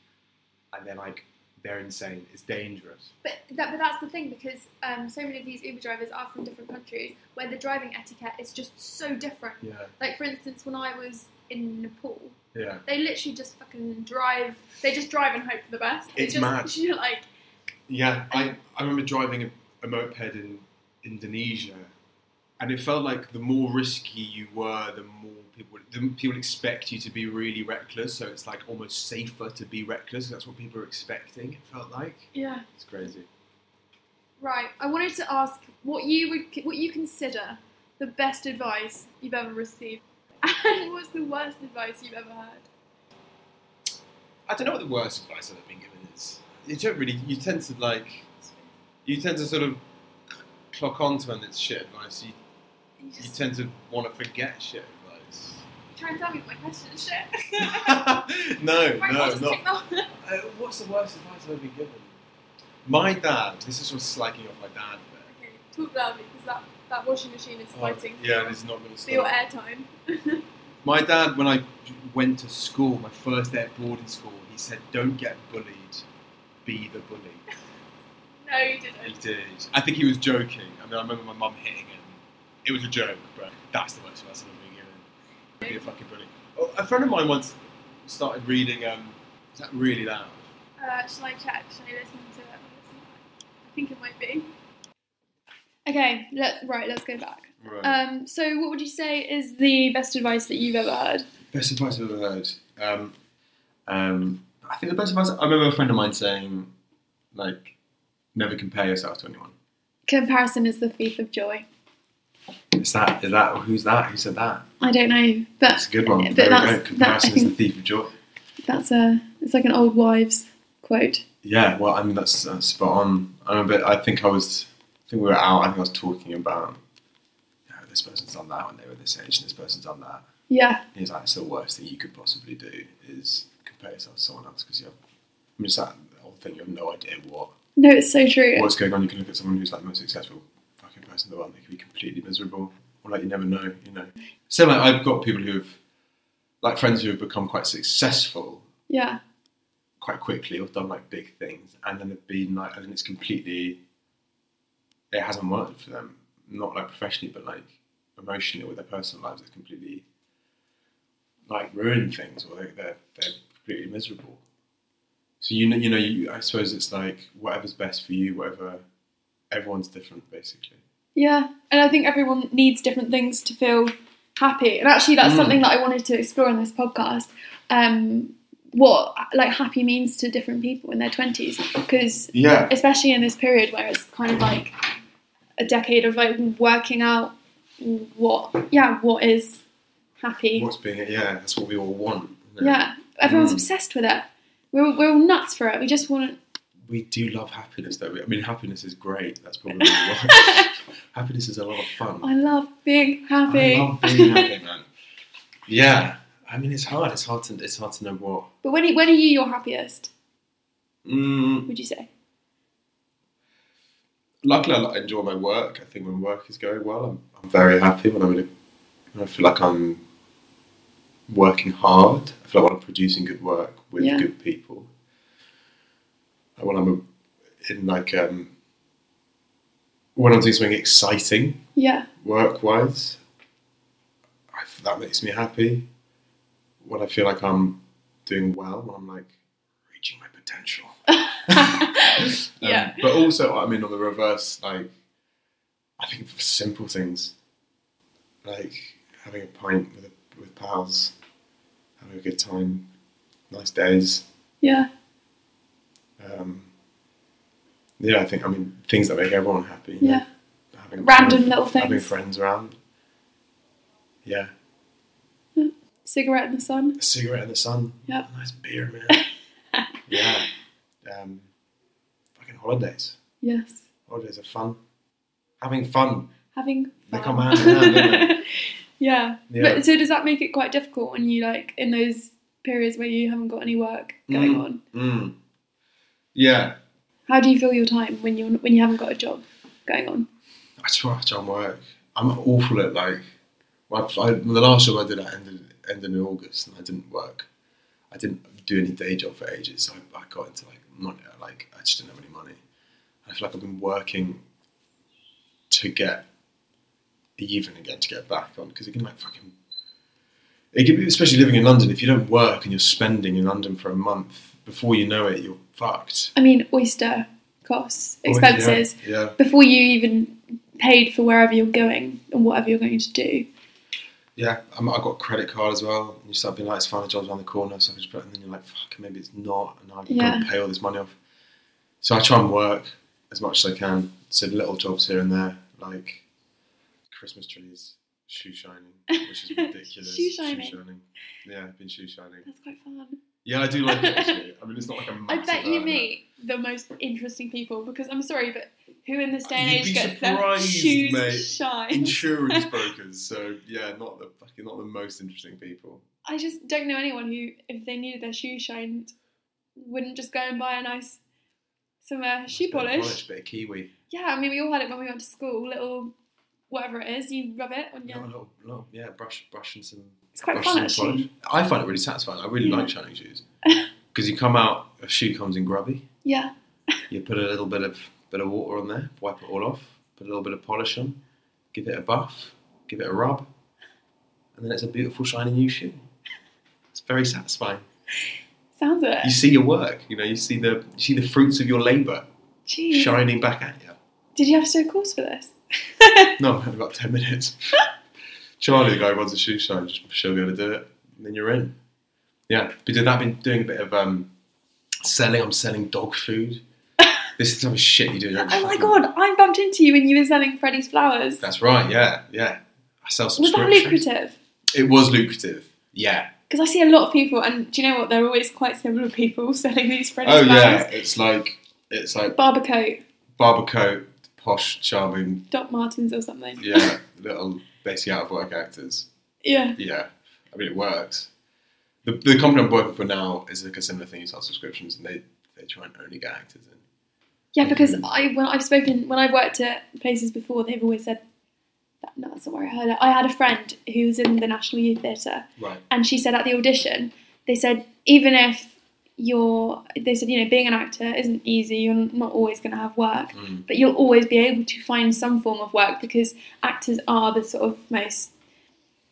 Speaker 2: and they're like, they're insane. It's dangerous.
Speaker 3: But that, but that's the thing because um, so many of these Uber drivers are from different countries where the driving etiquette is just so different.
Speaker 2: Yeah,
Speaker 3: Like for instance, when I was in Nepal,
Speaker 2: yeah.
Speaker 3: they literally just fucking drive. They just drive and hope for the best.
Speaker 2: It's
Speaker 3: just,
Speaker 2: mad.
Speaker 3: [LAUGHS] You're like,
Speaker 2: Yeah, I, I remember driving a, a moped in Indonesia, and it felt like the more risky you were, the more people the people expect you to be really reckless. So it's like almost safer to be reckless. That's what people are expecting. It felt like
Speaker 3: yeah,
Speaker 2: it's crazy.
Speaker 3: right. I wanted to ask what you would what you consider the best advice you've ever received, [LAUGHS] and what's the worst advice you've ever heard.
Speaker 2: I don't know what the worst advice I've ever been given is. You don't really. You tend to like. You tend to sort of clock on to when it's shit advice. You,
Speaker 3: You
Speaker 2: you
Speaker 3: just
Speaker 2: tend to want to forget shit advice. [LAUGHS]
Speaker 3: try and tell me my question is shit. [LAUGHS]
Speaker 2: no,
Speaker 3: Right,
Speaker 2: no,
Speaker 3: I'll just
Speaker 2: not
Speaker 3: take that one.
Speaker 2: Uh, what's the worst advice I've ever been given? My dad. This is sort of slagging off my dad. But,
Speaker 3: [LAUGHS] Okay, talk loudly because that, that washing machine is fighting
Speaker 2: Oh, yeah, this is not going to
Speaker 3: for your
Speaker 2: stop.
Speaker 3: airtime.
Speaker 2: My dad, when I went to school, my first day at boarding school, he said, "Don't get bullied, be the bully."
Speaker 3: No, you
Speaker 2: He
Speaker 3: didn't.
Speaker 2: did. I think he was joking. I mean, I remember my mum hitting him. It was a joke, but that's the worst advice I've ever been given. Be a fucking bully. Oh, a friend of mine once started reading. Um, is that really loud?
Speaker 3: Uh, shall I check? Shall I listen to it? I think it might be. Okay, let, right, let's go back.
Speaker 2: Right.
Speaker 3: Um, so, what would you say is the best advice that you've ever heard?
Speaker 2: Best advice I've ever heard. Um, um, I think the best advice I remember a friend of mine saying, like, never compare yourself to anyone.
Speaker 3: Comparison is the thief of joy.
Speaker 2: Is that is that who's that? Who said that?
Speaker 3: I don't know,
Speaker 2: That's
Speaker 3: but
Speaker 2: a good one.
Speaker 3: But
Speaker 2: there we
Speaker 3: that's-
Speaker 2: go. Comparison
Speaker 3: that- I
Speaker 2: is the
Speaker 3: [LAUGHS] think-
Speaker 2: thief of joy.
Speaker 3: that's a it's like an old wives quote.
Speaker 2: Yeah, well, I mean that's, that's spot on. I remember. I think I was. I think we were out. I think I was talking about. You know, this person's done that when they were this age, and this person's done that.
Speaker 3: Yeah,
Speaker 2: And he's like, it's the worst thing you could possibly do is compare yourself to someone else because you have. I mean, it's that whole thing. You have no idea what
Speaker 3: no, it's so true.
Speaker 2: what's going on. You can look at someone who's like the most successful fucking person in the world, and they can be completely miserable, or like you never know, you know. So like I've got people who have, like friends who have become quite successful
Speaker 3: Yeah,
Speaker 2: quite quickly or done like big things, and then have been like, and then it's completely, it hasn't worked for them, not like professionally, but like emotionally with their personal lives, it's completely like ruined things, or they, they're they're completely miserable. So you know, you know, you, I suppose it's like whatever's best for you, whatever. Everyone's different, basically.
Speaker 1: Yeah.
Speaker 3: And I think everyone needs different things to feel happy. And actually, that's
Speaker 2: Mm.
Speaker 3: something that I wanted to explore in this podcast. Um, what like happy means to different people in their twenties, because
Speaker 2: Yeah,
Speaker 3: especially in this period where it's kind of like a decade of like working out what yeah what is happy.
Speaker 2: what's being it? Yeah, that's what we all want. isn't it?
Speaker 3: Yeah, everyone's
Speaker 2: Mm.
Speaker 3: obsessed with it. We're we're all nuts for it. We just want
Speaker 2: we do love happiness, though. I mean, happiness is great. That's probably what. happiness is a lot of fun.
Speaker 3: I love being happy.
Speaker 2: I love being
Speaker 3: [LAUGHS]
Speaker 2: happy, man. Yeah, I mean it's hard. It's hard to it's hard to know what.
Speaker 3: but when when are you your happiest?
Speaker 2: Mm,
Speaker 3: Would you say?
Speaker 2: luckily I like, enjoy my work. I think when work is going well, I'm, I'm very happy. When I'm in a, when I feel like I'm working hard, I feel like when I'm producing good work with
Speaker 1: Yeah.
Speaker 2: good people, and when I'm a, in like um, when I'm doing something exciting
Speaker 3: Yeah. [LAUGHS]
Speaker 2: work wise, I f that makes me happy. When I feel like I'm doing well, when I'm like reaching my potential. Um,
Speaker 3: Yeah.
Speaker 2: But also, I mean, on the reverse, like, I think for simple things, like having a pint with, with pals, having a good time, nice days.
Speaker 3: yeah.
Speaker 2: Um, yeah, I think, I mean, things that make everyone happy. you know?
Speaker 3: Yeah.
Speaker 2: Having-
Speaker 3: Random
Speaker 2: having-
Speaker 3: little
Speaker 2: Having
Speaker 3: things.
Speaker 2: friends around. Yeah.
Speaker 3: Cigarette in the sun.
Speaker 2: A cigarette in the sun.
Speaker 3: Yep.
Speaker 2: Nice beer, man. yeah. Um, fucking holidays.
Speaker 3: Yes.
Speaker 2: Holidays are fun. Having fun.
Speaker 3: Having fun.
Speaker 2: They come hand in hand, don't
Speaker 3: [LAUGHS] yeah.
Speaker 2: Yeah.
Speaker 3: But so does that make it quite difficult when you like in those periods where you haven't got any work going
Speaker 2: Mm.
Speaker 3: on?
Speaker 2: Mm. Yeah,
Speaker 3: How do you fill your time when you when you haven't got a job going on?
Speaker 2: I just want to on work. I'm awful at like my I, the last job I did I ended ended in August and I didn't work. I didn't do any day job for ages, so I, I got into like money. Like I just didn't have any money. I feel like I've been working to get even again to get back on because it can like fucking. It can be especially living in London. If you don't work and you're spending in London for a month, before you know it, you're fucked.
Speaker 3: I mean, oyster costs, expenses
Speaker 2: Yeah.
Speaker 3: before you even paid for wherever you're going and whatever you're going to do.
Speaker 2: Yeah, I'm, I've got a credit card as well. And you start being like, it's fine, the job's around the corner. So I can just put it, and then you're like, fuck, maybe it's not. And I've got
Speaker 3: Yeah.
Speaker 2: to pay all this money off. So I try and work as much as I can. So little jobs here and there, like Christmas trees, shoe shining, which
Speaker 3: [LAUGHS]
Speaker 2: is ridiculous.
Speaker 3: Shoe shining.
Speaker 2: Yeah, I've been shoe shining.
Speaker 3: That's quite fun.
Speaker 2: Yeah, I do like it actually. I mean, it's not like a
Speaker 3: I
Speaker 2: massive
Speaker 3: bet you
Speaker 2: earner.
Speaker 3: meet the most interesting people because I'm sorry, but who in this day and
Speaker 2: You'd
Speaker 3: age
Speaker 2: be
Speaker 3: gets their
Speaker 2: surprised,
Speaker 3: shoes
Speaker 2: mate.
Speaker 3: shine? [LAUGHS]
Speaker 2: Insurance brokers, so yeah, not the fucking not the most interesting people.
Speaker 3: I just don't know anyone who, if they needed their shoes shined, wouldn't just go and buy a nice some uh, shoe
Speaker 2: Bit of
Speaker 3: polish.
Speaker 2: bit of kiwi.
Speaker 3: Yeah, I mean we all had it when we went to school. Little whatever it is, you rub it on
Speaker 2: Yeah,
Speaker 3: your.
Speaker 2: a little, little, yeah, brush, brush and some
Speaker 3: It's quite
Speaker 2: Brush
Speaker 3: fun
Speaker 2: some
Speaker 3: actually.
Speaker 2: polish. I find it really satisfying. I really
Speaker 3: Yeah.
Speaker 2: like shining [LAUGHS] shoes because you come out, a shoe comes in grubby.
Speaker 3: Yeah,
Speaker 2: You put a little bit of bit of water on there, wipe it all off, put a little bit of polish on, give it a buff, give it a rub, and then it's a beautiful shiny new shoe. It's very satisfying.
Speaker 3: sounds it.
Speaker 2: You see your work. You know, you see the you see the fruits of your labour
Speaker 3: Jeez.
Speaker 2: shining back at you.
Speaker 3: Did you have to do a course for this?
Speaker 2: No, I've had about ten minutes. Charlie, the guy who runs a shoe shine, just showed me how to do it, and then you're in. Yeah, but did that been doing a bit of um, selling? I'm selling dog
Speaker 3: [LAUGHS]
Speaker 2: food. this is the type of shit you do. don't
Speaker 3: [LAUGHS] oh my
Speaker 2: fucking-
Speaker 3: god, I bumped into you when you were selling Freddie's flowers.
Speaker 2: That's right. Yeah, yeah. I sell
Speaker 3: Was that
Speaker 2: subscriptions.
Speaker 3: lucrative?
Speaker 2: It was lucrative. Yeah.
Speaker 3: Because I see a lot of people, and do you know what? They're always quite similar people [LAUGHS] selling these Freddie's
Speaker 2: oh
Speaker 3: flowers.
Speaker 2: yeah. It's like it's like
Speaker 3: Barber coat,
Speaker 2: barber coat, posh, charming.
Speaker 3: Doc Martens or something.
Speaker 2: Yeah, little basically out of work actors.
Speaker 3: [LAUGHS] yeah.
Speaker 2: Yeah, I mean it works. The, the company I'm working for now is like a similar thing. You sell subscriptions, and they they try and only get actors in.
Speaker 3: Yeah, because
Speaker 2: Mhm.
Speaker 3: I when I've spoken when I've worked at places before, they've always said that. No, that's not where I heard it. I had a friend who was in the National Youth Theatre,
Speaker 2: Right.
Speaker 3: and she said at the audition, they said even if you're, they said you know being an actor isn't easy. You're not always going to have work,
Speaker 2: Mm.
Speaker 3: but you'll always be able to find some form of work because actors are the sort of most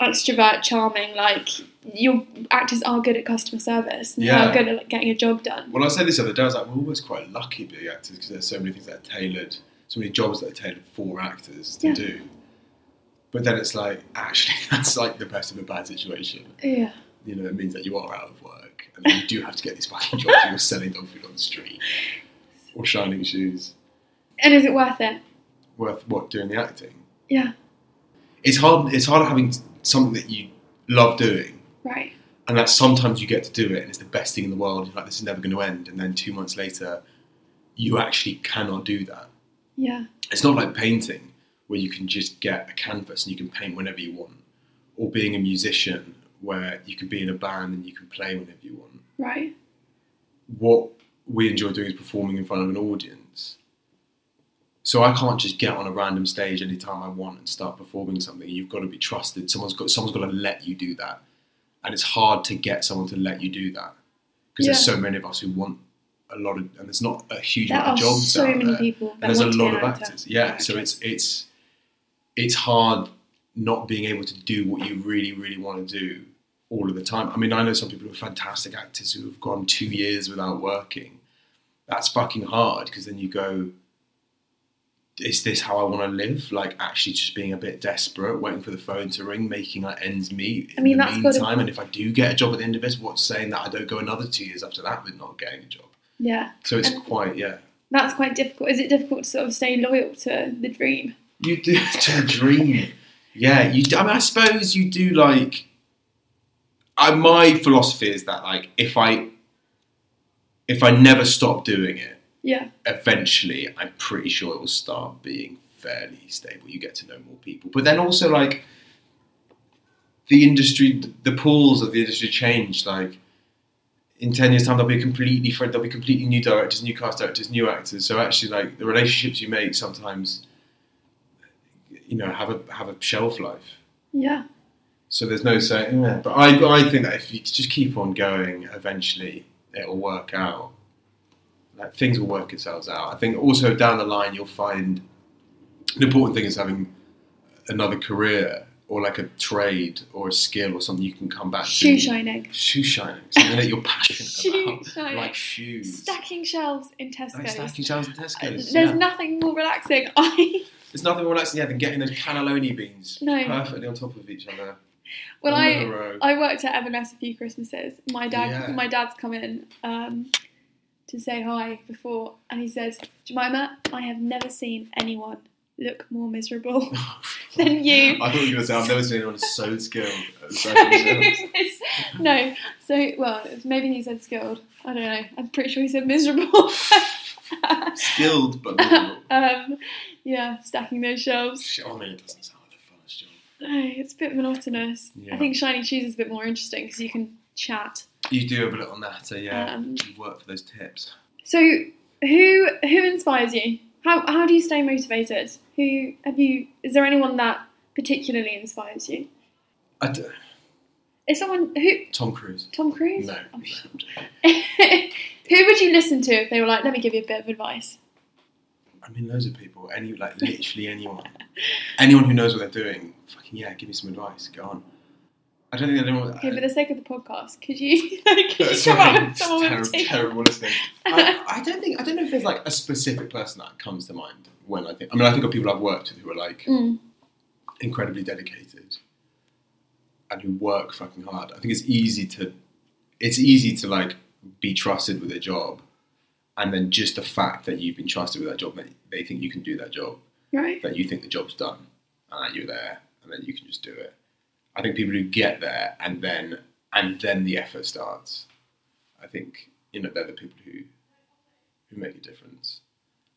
Speaker 3: extrovert, charming. Like your actors are good at customer service. And
Speaker 2: Yeah.
Speaker 3: Are good at like, getting a job done.
Speaker 2: Well, I said this the other day. I was like, we're always quite lucky being actors because there's so many things that are tailored, so many jobs that are tailored for actors to
Speaker 3: Yeah.
Speaker 2: do. But then it's like, actually, [LAUGHS] that's like the best of a bad situation.
Speaker 3: Yeah.
Speaker 2: You know, it means that you are out of work and then you do have to get these fucking jobs. and You're selling dog food on the street or shining shoes.
Speaker 3: And is it worth it?
Speaker 2: worth what doing the acting.
Speaker 3: Yeah.
Speaker 2: It's hard. It's hard having something that you love doing,
Speaker 3: Right.
Speaker 2: and that sometimes you get to do it, and it's the best thing in the world. You're like, this is never going to end, and then two months later, you actually cannot do that.
Speaker 3: Yeah.
Speaker 2: It's not like painting where you can just get a canvas and you can paint whenever you want, or being a musician where you can be in a band and you can play whenever you want.
Speaker 3: Right.
Speaker 2: what we enjoy doing is performing in front of an audience. So I can't just get on a random stage anytime I want and start performing something. You've got to be trusted. Someone's got someone's got to let you do that, and it's hard to get someone to let you do that because there's
Speaker 3: Yeah.
Speaker 2: so many of us who want a lot of, and there's not a huge
Speaker 3: There
Speaker 2: amount
Speaker 3: are
Speaker 2: of jobs
Speaker 3: so
Speaker 2: out
Speaker 3: many
Speaker 2: there.
Speaker 3: people. That
Speaker 2: and there's a
Speaker 3: want to be
Speaker 2: lot
Speaker 3: an
Speaker 2: of
Speaker 3: actor.
Speaker 2: actors. Yeah, so it's it's it's hard not being able to do what you really really want to do all of the time. I mean, I know some people who are fantastic actors who have gone two years without working. That's fucking hard because then you go, is this how I want to live? Like actually just being a bit desperate, waiting for the phone to ring, making like ends meet. In
Speaker 3: I mean,
Speaker 2: the
Speaker 3: that's gotta-
Speaker 2: meantime, and if I do get a job at the end of this, what's saying that I don't go another two years after that with not getting a job?
Speaker 3: yeah,
Speaker 2: So it's
Speaker 3: And-
Speaker 2: quite yeah.
Speaker 3: that's quite difficult. Is it difficult to sort of stay loyal to the dream?
Speaker 2: You do [LAUGHS] to dream. Yeah, you. Do, I mean, I suppose you do. Like, I my philosophy is that like if I if I never stop doing it,
Speaker 3: Yeah,
Speaker 2: eventually I'm pretty sure it will start being fairly stable. You get to know more people, but then also like the industry, the pools of the industry change. Like in ten years' time, there'll be completely different. There'll be completely new directors, new cast directors, new actors. So actually, like the relationships you make sometimes, you know, have a have a shelf life.
Speaker 3: yeah.
Speaker 2: So there's no saying. Yeah. But I, I think that if you just keep on going, eventually it'll work out. Like things will work itself out. I think also down the line you'll find an important thing is having another career or like a trade or a skill or something you can come back
Speaker 3: Shoe
Speaker 2: to.
Speaker 3: shining,
Speaker 2: Shoe shining. Something that you're passionate
Speaker 3: shoe
Speaker 2: about.
Speaker 3: shining,
Speaker 2: Like shoes.
Speaker 3: stacking shelves in
Speaker 2: Like
Speaker 3: Tesco's.
Speaker 2: stacking shelves and
Speaker 3: Uh,
Speaker 2: Tesco's.
Speaker 3: There's
Speaker 2: yeah.
Speaker 3: nothing more relaxing. [LAUGHS] I
Speaker 2: There's nothing more relaxing yeah, than getting those cannelloni beans
Speaker 3: No.
Speaker 2: perfectly on top of each other.
Speaker 3: when
Speaker 2: all
Speaker 3: I
Speaker 2: in a row.
Speaker 3: I worked at Everness a few Christmases. My dad,
Speaker 2: Yeah.
Speaker 3: my dad's come in um, to say hi before, and he says, "Jemima, I have never seen anyone look more
Speaker 2: [LAUGHS]
Speaker 3: miserable [LAUGHS] than you."
Speaker 2: I thought you were going to say, I've never seen anyone so skilled at
Speaker 3: [LAUGHS]
Speaker 2: stacking shelves.
Speaker 3: no, so well, maybe he said skilled. I don't know. I'm pretty sure he said miserable. [LAUGHS]
Speaker 2: um, Skilled, but miserable.
Speaker 3: um, yeah, stacking those shelves.
Speaker 2: Shit, I mean, it doesn't sound like the funnest job.
Speaker 3: No, it's a bit monotonous. I
Speaker 2: Yeah.
Speaker 3: think shiny shoes is a bit more interesting because you can chat.
Speaker 2: You do have a little natter, yeah.
Speaker 3: Um,
Speaker 2: you work for those tips.
Speaker 3: So, who who inspires you? How how do you stay motivated? Who have you? Is there anyone that particularly inspires you?
Speaker 2: I d-
Speaker 3: Is someone who
Speaker 2: Tom Cruise.
Speaker 3: Tom Cruise?
Speaker 2: No.
Speaker 3: Oh,
Speaker 2: no,
Speaker 3: sh-
Speaker 2: I'm joking.
Speaker 3: [LAUGHS] who would you listen to if they were like, "Let me give you a bit of advice"?
Speaker 2: I mean, loads of people. Any, like, literally anyone. anyone who knows what they're doing. Fucking yeah, give me some advice. Go on. I don't think anyone.
Speaker 3: Okay, for the sake of the podcast, could you [LAUGHS] could you
Speaker 2: That's
Speaker 3: come up
Speaker 2: right.
Speaker 3: with [LAUGHS] someone
Speaker 2: It's terrible,
Speaker 3: with a
Speaker 2: terrible listening. I, I don't think I don't know if there's like a specific person that comes to mind when I think. I mean, I think of people I've worked with who are like
Speaker 3: Mm.
Speaker 2: incredibly dedicated and who work fucking hard. I think it's easy to it's easy to like be trusted with a job, and then just the fact that you've been trusted with that job, that they think you can do that job,
Speaker 3: right?
Speaker 2: that you think the job's done, and that you're there, and then you can just do it. I think people who get there and then and then the effort starts. I think you know they're the people who who make a difference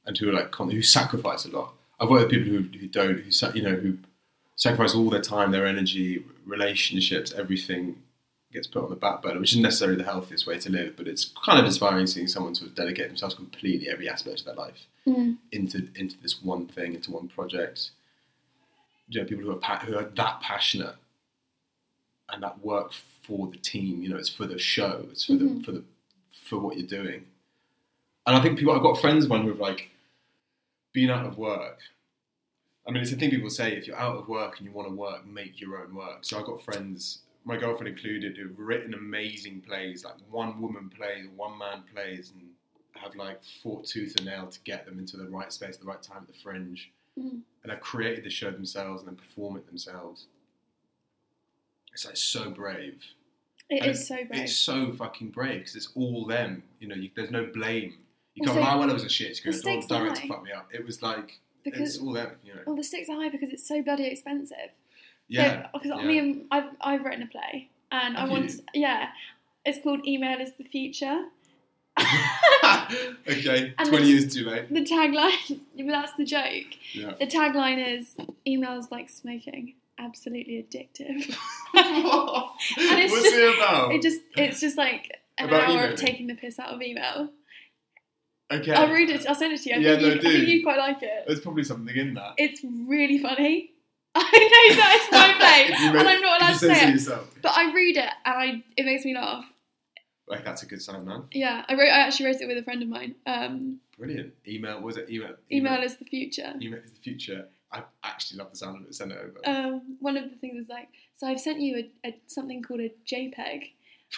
Speaker 2: and who are like con- who sacrifice a lot. I've worked with people who, who don't who sa- you know who sacrifice all their time, their energy, relationships, everything gets put on the back burner, which isn't necessarily the healthiest way to live, but it's kind of inspiring seeing someone sort of dedicate themselves completely every aspect of their life
Speaker 3: Mm.
Speaker 2: into into this one thing, into one project. You know, people who are pa- who are that passionate and that work for the team. You know, it's for the show. It's for the for the for what you're doing. And I think people. I've got friends of mine who have like been out of work. I mean, it's the thing people say: if you're out of work and you want to work, make your own work. So I've got friends, my girlfriend included, who've written amazing plays, like one woman plays, one man plays, and have like fought tooth and nail to get them into the right space at the right time at the fringe.
Speaker 3: Mm.
Speaker 2: And have created the show themselves and then perform it themselves. It's like so brave.
Speaker 3: It
Speaker 2: And
Speaker 3: is so brave.
Speaker 2: uh, It's so fucking brave because it's all them. You know, you, there's no blame. You can't.
Speaker 3: Also,
Speaker 2: lie well, it was a shit script.
Speaker 3: the
Speaker 2: Or the
Speaker 3: stakes are
Speaker 2: director
Speaker 3: high.
Speaker 2: fucked me up. It was like
Speaker 3: because Oh,
Speaker 2: it's all them. You know.
Speaker 3: well, the stakes are high because it's so bloody expensive.
Speaker 2: Yeah.
Speaker 3: Because I
Speaker 2: yeah.
Speaker 3: mean, I've I've written a play, and I
Speaker 2: Have
Speaker 3: want
Speaker 2: you?
Speaker 3: yeah, it's called Email is the Future.
Speaker 2: [LAUGHS] okay.
Speaker 3: [LAUGHS] And
Speaker 2: Twenty
Speaker 3: the-
Speaker 2: years too late.
Speaker 3: The tagline, that's the joke.
Speaker 2: Yeah.
Speaker 3: The tagline is emails like smoking, absolutely addictive.
Speaker 2: What's
Speaker 3: it's just-
Speaker 2: it about?
Speaker 3: it just it's just like an
Speaker 2: Oh. About
Speaker 3: hour
Speaker 2: emailing.
Speaker 3: of taking the piss out of email.
Speaker 2: Okay.
Speaker 3: I'll read it. I'll send it to you. I,
Speaker 2: Yeah,
Speaker 3: think,
Speaker 2: no,
Speaker 3: you, I think
Speaker 2: do. Uh.
Speaker 3: you quite like it.
Speaker 2: There's probably something in that.
Speaker 3: It's really funny. [LAUGHS] I know [LAUGHS] that it's
Speaker 2: [LAUGHS]
Speaker 3: my
Speaker 2: If you
Speaker 3: play,
Speaker 2: made-
Speaker 3: and I'm
Speaker 2: if
Speaker 3: not
Speaker 2: you
Speaker 3: allowed to
Speaker 2: censor
Speaker 3: say it.
Speaker 2: yourself.
Speaker 3: But I read it, and I it makes me laugh.
Speaker 2: Like, that's a good sign, man.
Speaker 3: Yeah, I wrote. I actually wrote it with a friend of mine. Um,
Speaker 2: Brilliant. Email, what was it? Email.
Speaker 3: email is the future.
Speaker 2: Email is the future. I actually love the sound of it. Send it over.
Speaker 3: um, one of the things is like, so I've sent you a, a something called a JPEG.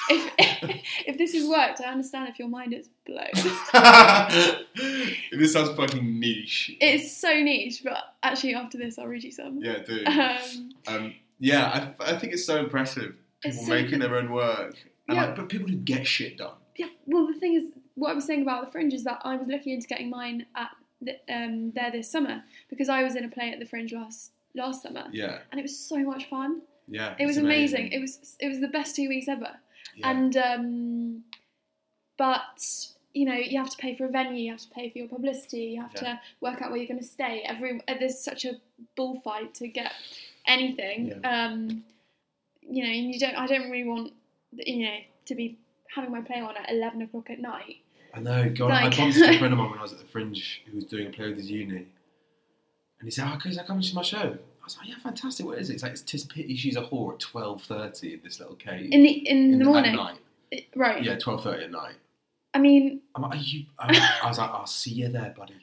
Speaker 3: If [LAUGHS] if this has worked, I understand if your mind is
Speaker 2: [LAUGHS]
Speaker 3: blown.
Speaker 2: [LAUGHS] this sounds fucking niche.
Speaker 3: It's so niche, but actually after this, I'll read you some.
Speaker 2: yeah, dude.
Speaker 3: Um,
Speaker 2: Um, yeah, I, I think it's so impressive.
Speaker 3: It's
Speaker 2: People
Speaker 3: so
Speaker 2: making their own work. And
Speaker 3: Yeah.
Speaker 2: like, but people who get shit done.
Speaker 3: yeah. Well, the thing is, what I was saying about the Fringe is that I was looking into getting mine at the, um, there this summer because I was in a play at the Fringe last last summer,
Speaker 2: Yeah,
Speaker 3: and it was so much fun.
Speaker 2: yeah.
Speaker 3: It
Speaker 2: it's
Speaker 3: was amazing. It was it was the best two weeks ever.
Speaker 2: Yeah.
Speaker 3: And um, but you know, you have to pay for a venue, you have to pay for your publicity, you have to work out where you're going to stay. Every uh, there's such a bullfight to get anything. Um, you know, and you don't. I don't really want you know to be having my play on at eleven o'clock at night.
Speaker 2: I know, God,
Speaker 3: Like-
Speaker 2: I bumped
Speaker 3: [LAUGHS]
Speaker 2: into a friend of mine when I was at the Fringe who was doing a play with his uni. And he said, oh, can I come to my show? I was like, yeah, fantastic, what is it? It's like, it's Tis Pity She's a Whore at 12.30 in this little cave.
Speaker 3: In the in, the
Speaker 2: at
Speaker 3: morning,
Speaker 2: night.
Speaker 3: right?
Speaker 2: Yeah, 12.30 at night.
Speaker 3: I mean,
Speaker 2: I'm like, are you, I'm like- I was like, I'll see you there, buddy.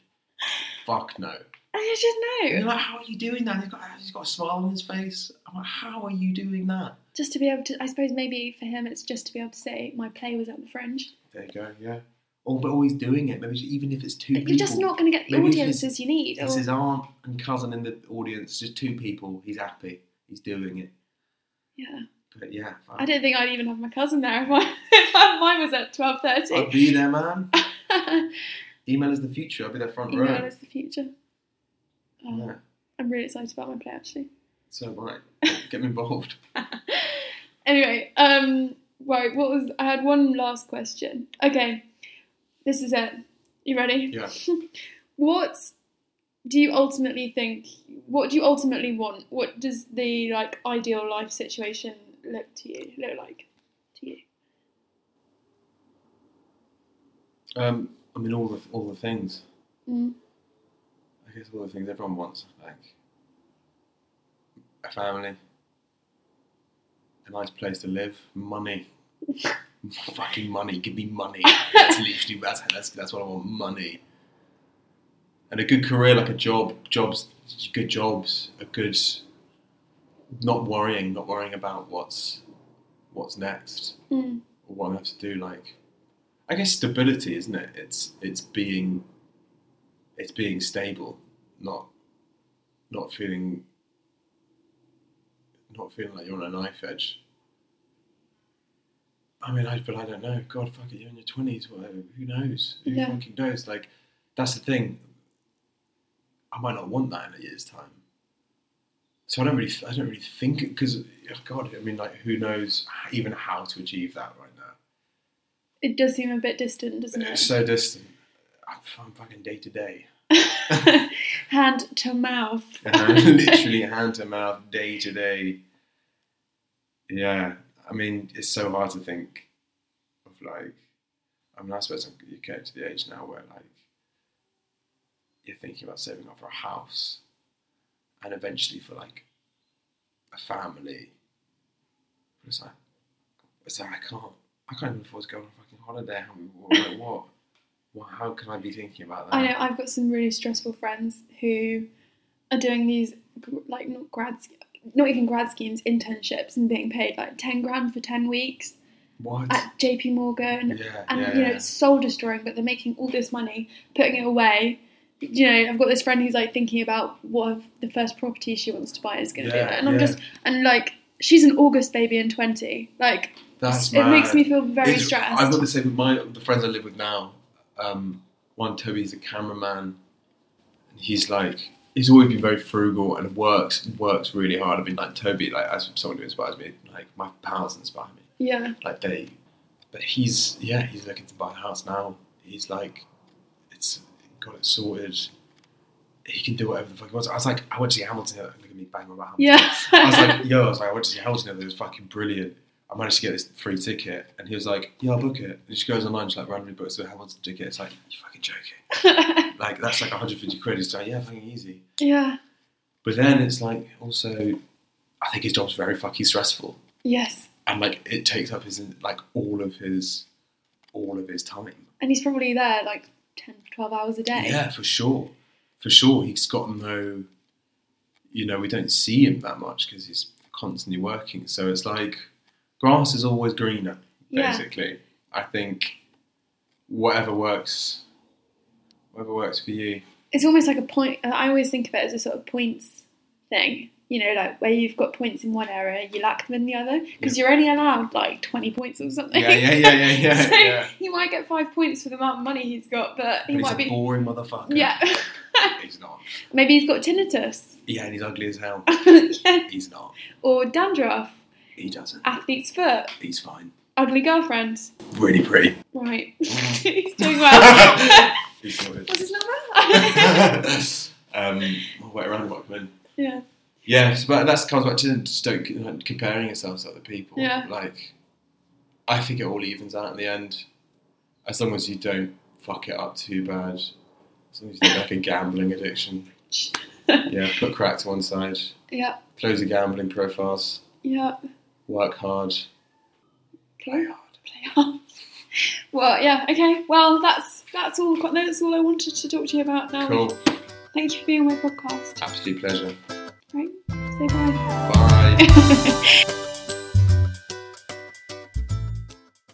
Speaker 2: Fuck no.
Speaker 3: I just
Speaker 2: And
Speaker 3: know
Speaker 2: you're like, how are you doing that? And he's got, he's got a smile on his face. I'm like, how are you doing that?
Speaker 3: just to be able to. I suppose maybe for him, it's just to be able to say my play was at the Fringe.
Speaker 2: There you go, yeah. Or, but always doing it. Maybe just- even if it's two people.
Speaker 3: You're just not going to get the
Speaker 2: Maybe if it's-
Speaker 3: audiences you need.
Speaker 2: It's
Speaker 3: or-
Speaker 2: his aunt and cousin in the audience, just two people. He's happy. He's doing it.
Speaker 3: yeah.
Speaker 2: But yeah,
Speaker 3: I don't think I'd even have my cousin there if, I, [LAUGHS] if mine was at twelve
Speaker 2: I'll
Speaker 3: thirty.
Speaker 2: be there, man. Oh.
Speaker 3: [LAUGHS]
Speaker 2: Email is the future. I'll be there front
Speaker 3: Email
Speaker 2: row.
Speaker 3: is the future. Oh,
Speaker 2: Yeah,
Speaker 3: I'm really excited about my play actually.
Speaker 2: so right. Get me involved. [LAUGHS]
Speaker 3: Anyway, um, right, what was I had one last question. Okay, this is it. You ready?
Speaker 2: Yeah.
Speaker 3: What do you ultimately think? What do you ultimately want? What does the like ideal life situation look to you? Look like to you?
Speaker 2: Um, I mean, all the all the things.
Speaker 3: Mm.
Speaker 2: I guess all the things everyone wants, like a family, a nice place to live, money. Fucking money, give me money. That's literally that's, that's that's what I want. Money and a good career, like a job, jobs, good jobs, a good, not worrying, not worrying about what's what's next
Speaker 3: Mm.
Speaker 2: or what I have to do. Like, I guess stability, isn't it? It's it's being it's being stable, not not feeling not feeling like you're on a knife edge. I mean, I but I don't know. God, fuck it, you're in your twenties, whatever. Who knows? Who
Speaker 3: Yeah.
Speaker 2: fucking knows? Like, that's the thing. I might not want that in a year's time. So I don't really, I don't really think because God, I mean, like, who knows even how to achieve that right now?
Speaker 3: It does seem a bit distant, doesn't
Speaker 2: It's
Speaker 3: it?
Speaker 2: so distant. I'm, I'm fucking day to day, uh,
Speaker 3: [LAUGHS] Hand to mouth.
Speaker 2: [LAUGHS] literally hand to mouth, day to day. Yeah, I mean, it's so hard to think of like. I mean, I suppose I'm, you get to the age now where like you're thinking about saving up for a house, and eventually for like a family. But it's like, it's like I can't, I can't even afford to go on a fucking holiday. How, like, what? Well, how can I be thinking about that?
Speaker 3: I know I've got some really stressful friends who are doing these like not grad, sch- not even grad schemes, internships, and being paid like ten grand for ten weeks
Speaker 2: What?
Speaker 3: at J.P. Morgan,
Speaker 2: yeah,
Speaker 3: and
Speaker 2: yeah,
Speaker 3: you know
Speaker 2: yeah.
Speaker 3: it's soul destroying. But they're making all this money, putting it away. You know, I've got this friend who's like thinking about what of the first property she wants to buy is going to
Speaker 2: Yeah,
Speaker 3: be, and I'm
Speaker 2: yeah.
Speaker 3: just and like she's an August baby in twenty. Like
Speaker 2: That's
Speaker 3: it makes
Speaker 2: mad.
Speaker 3: me feel very
Speaker 2: It's-
Speaker 3: stressed.
Speaker 2: I've got the same with my the friends I live with now. Um, one Toby's a cameraman, and he's like he's always been very frugal and works works really hard. I mean, like Toby, like as someone who inspires me, like my pals inspire me.
Speaker 3: yeah,
Speaker 2: Like they, but he's yeah, he's looking to buy a house now. He's like, it's got it sorted. He can do whatever the fuck he wants. I was like, I went to see Hamilton. Look at me bang on about Hamilton.
Speaker 3: yeah.
Speaker 2: I was like, yo, I was like, I went to see Hamilton. It was fucking brilliant. I managed to get this free ticket. And he was like, yeah, I'll book it. And she goes online, she like randomly books it. How much the ticket? It's like, you fucking joking. Like, that's like 150 quid. It's like, yeah, fucking easy.
Speaker 3: [LAUGHS] yeah.
Speaker 2: But then it's like, also, I think his job's very fucking stressful.
Speaker 3: Yes.
Speaker 2: And like, it takes up his, like, all of his, all of his time.
Speaker 3: And he's probably there like 10, 12 hours a day.
Speaker 2: Yeah, for sure. For sure. He's got no, you know, we don't see him that much because he's constantly working. So it's like grass is always greener,
Speaker 3: Yeah.
Speaker 2: basically. I think whatever works, whatever works for you.
Speaker 3: It's almost like a point. uh, I always think of it as a sort of points thing. You know, like where you've got points in one area, you lack them in the other because you're only allowed like 20 points or something.
Speaker 2: Yeah, yeah,
Speaker 3: [LAUGHS]
Speaker 2: yeah, yeah, yeah.
Speaker 3: so
Speaker 2: yeah.
Speaker 3: he might get five points for the amount of money he's got, but he
Speaker 2: And he's
Speaker 3: might
Speaker 2: a
Speaker 3: be.
Speaker 2: boring motherfucker.
Speaker 3: [LAUGHS] Yeah.
Speaker 2: He's not.
Speaker 3: [LAUGHS] Maybe he's got tinnitus. [LAUGHS]
Speaker 2: Yeah, and he's ugly as hell.
Speaker 3: yeah.
Speaker 2: He's not.
Speaker 3: Or dandruff,
Speaker 2: He doesn't.
Speaker 3: athlete's foot,
Speaker 2: He's fine.
Speaker 3: ugly girlfriend.
Speaker 2: Really pretty.
Speaker 3: Right. [LAUGHS] he's doing
Speaker 2: [LAUGHS]
Speaker 3: well. [LAUGHS]
Speaker 2: He's sorted.
Speaker 3: What's his number?
Speaker 2: um, oh, wait around what I come in.
Speaker 3: [LAUGHS] yeah. [LAUGHS]
Speaker 2: Yeah, it's about, that comes back to just don't c- like, comparing yourselves to other people.
Speaker 3: Yeah.
Speaker 2: Like, I think it all evens out in the end, as long as you don't fuck it up too bad. As long as you don't like a gambling addiction. Yeah, put crack to one side.
Speaker 3: Yeah.
Speaker 2: Close your gambling profiles.
Speaker 3: Yeah.
Speaker 2: Work hard. Play hard.
Speaker 3: Play on. [LAUGHS] Well, yeah, okay. Well, that's that's all. That's all I wanted to talk to you about. Now,
Speaker 2: Cool.
Speaker 3: thank you for being on my podcast.
Speaker 2: Absolute pleasure.
Speaker 3: Right, say bye. [LAUGHS]
Speaker 2: Bye.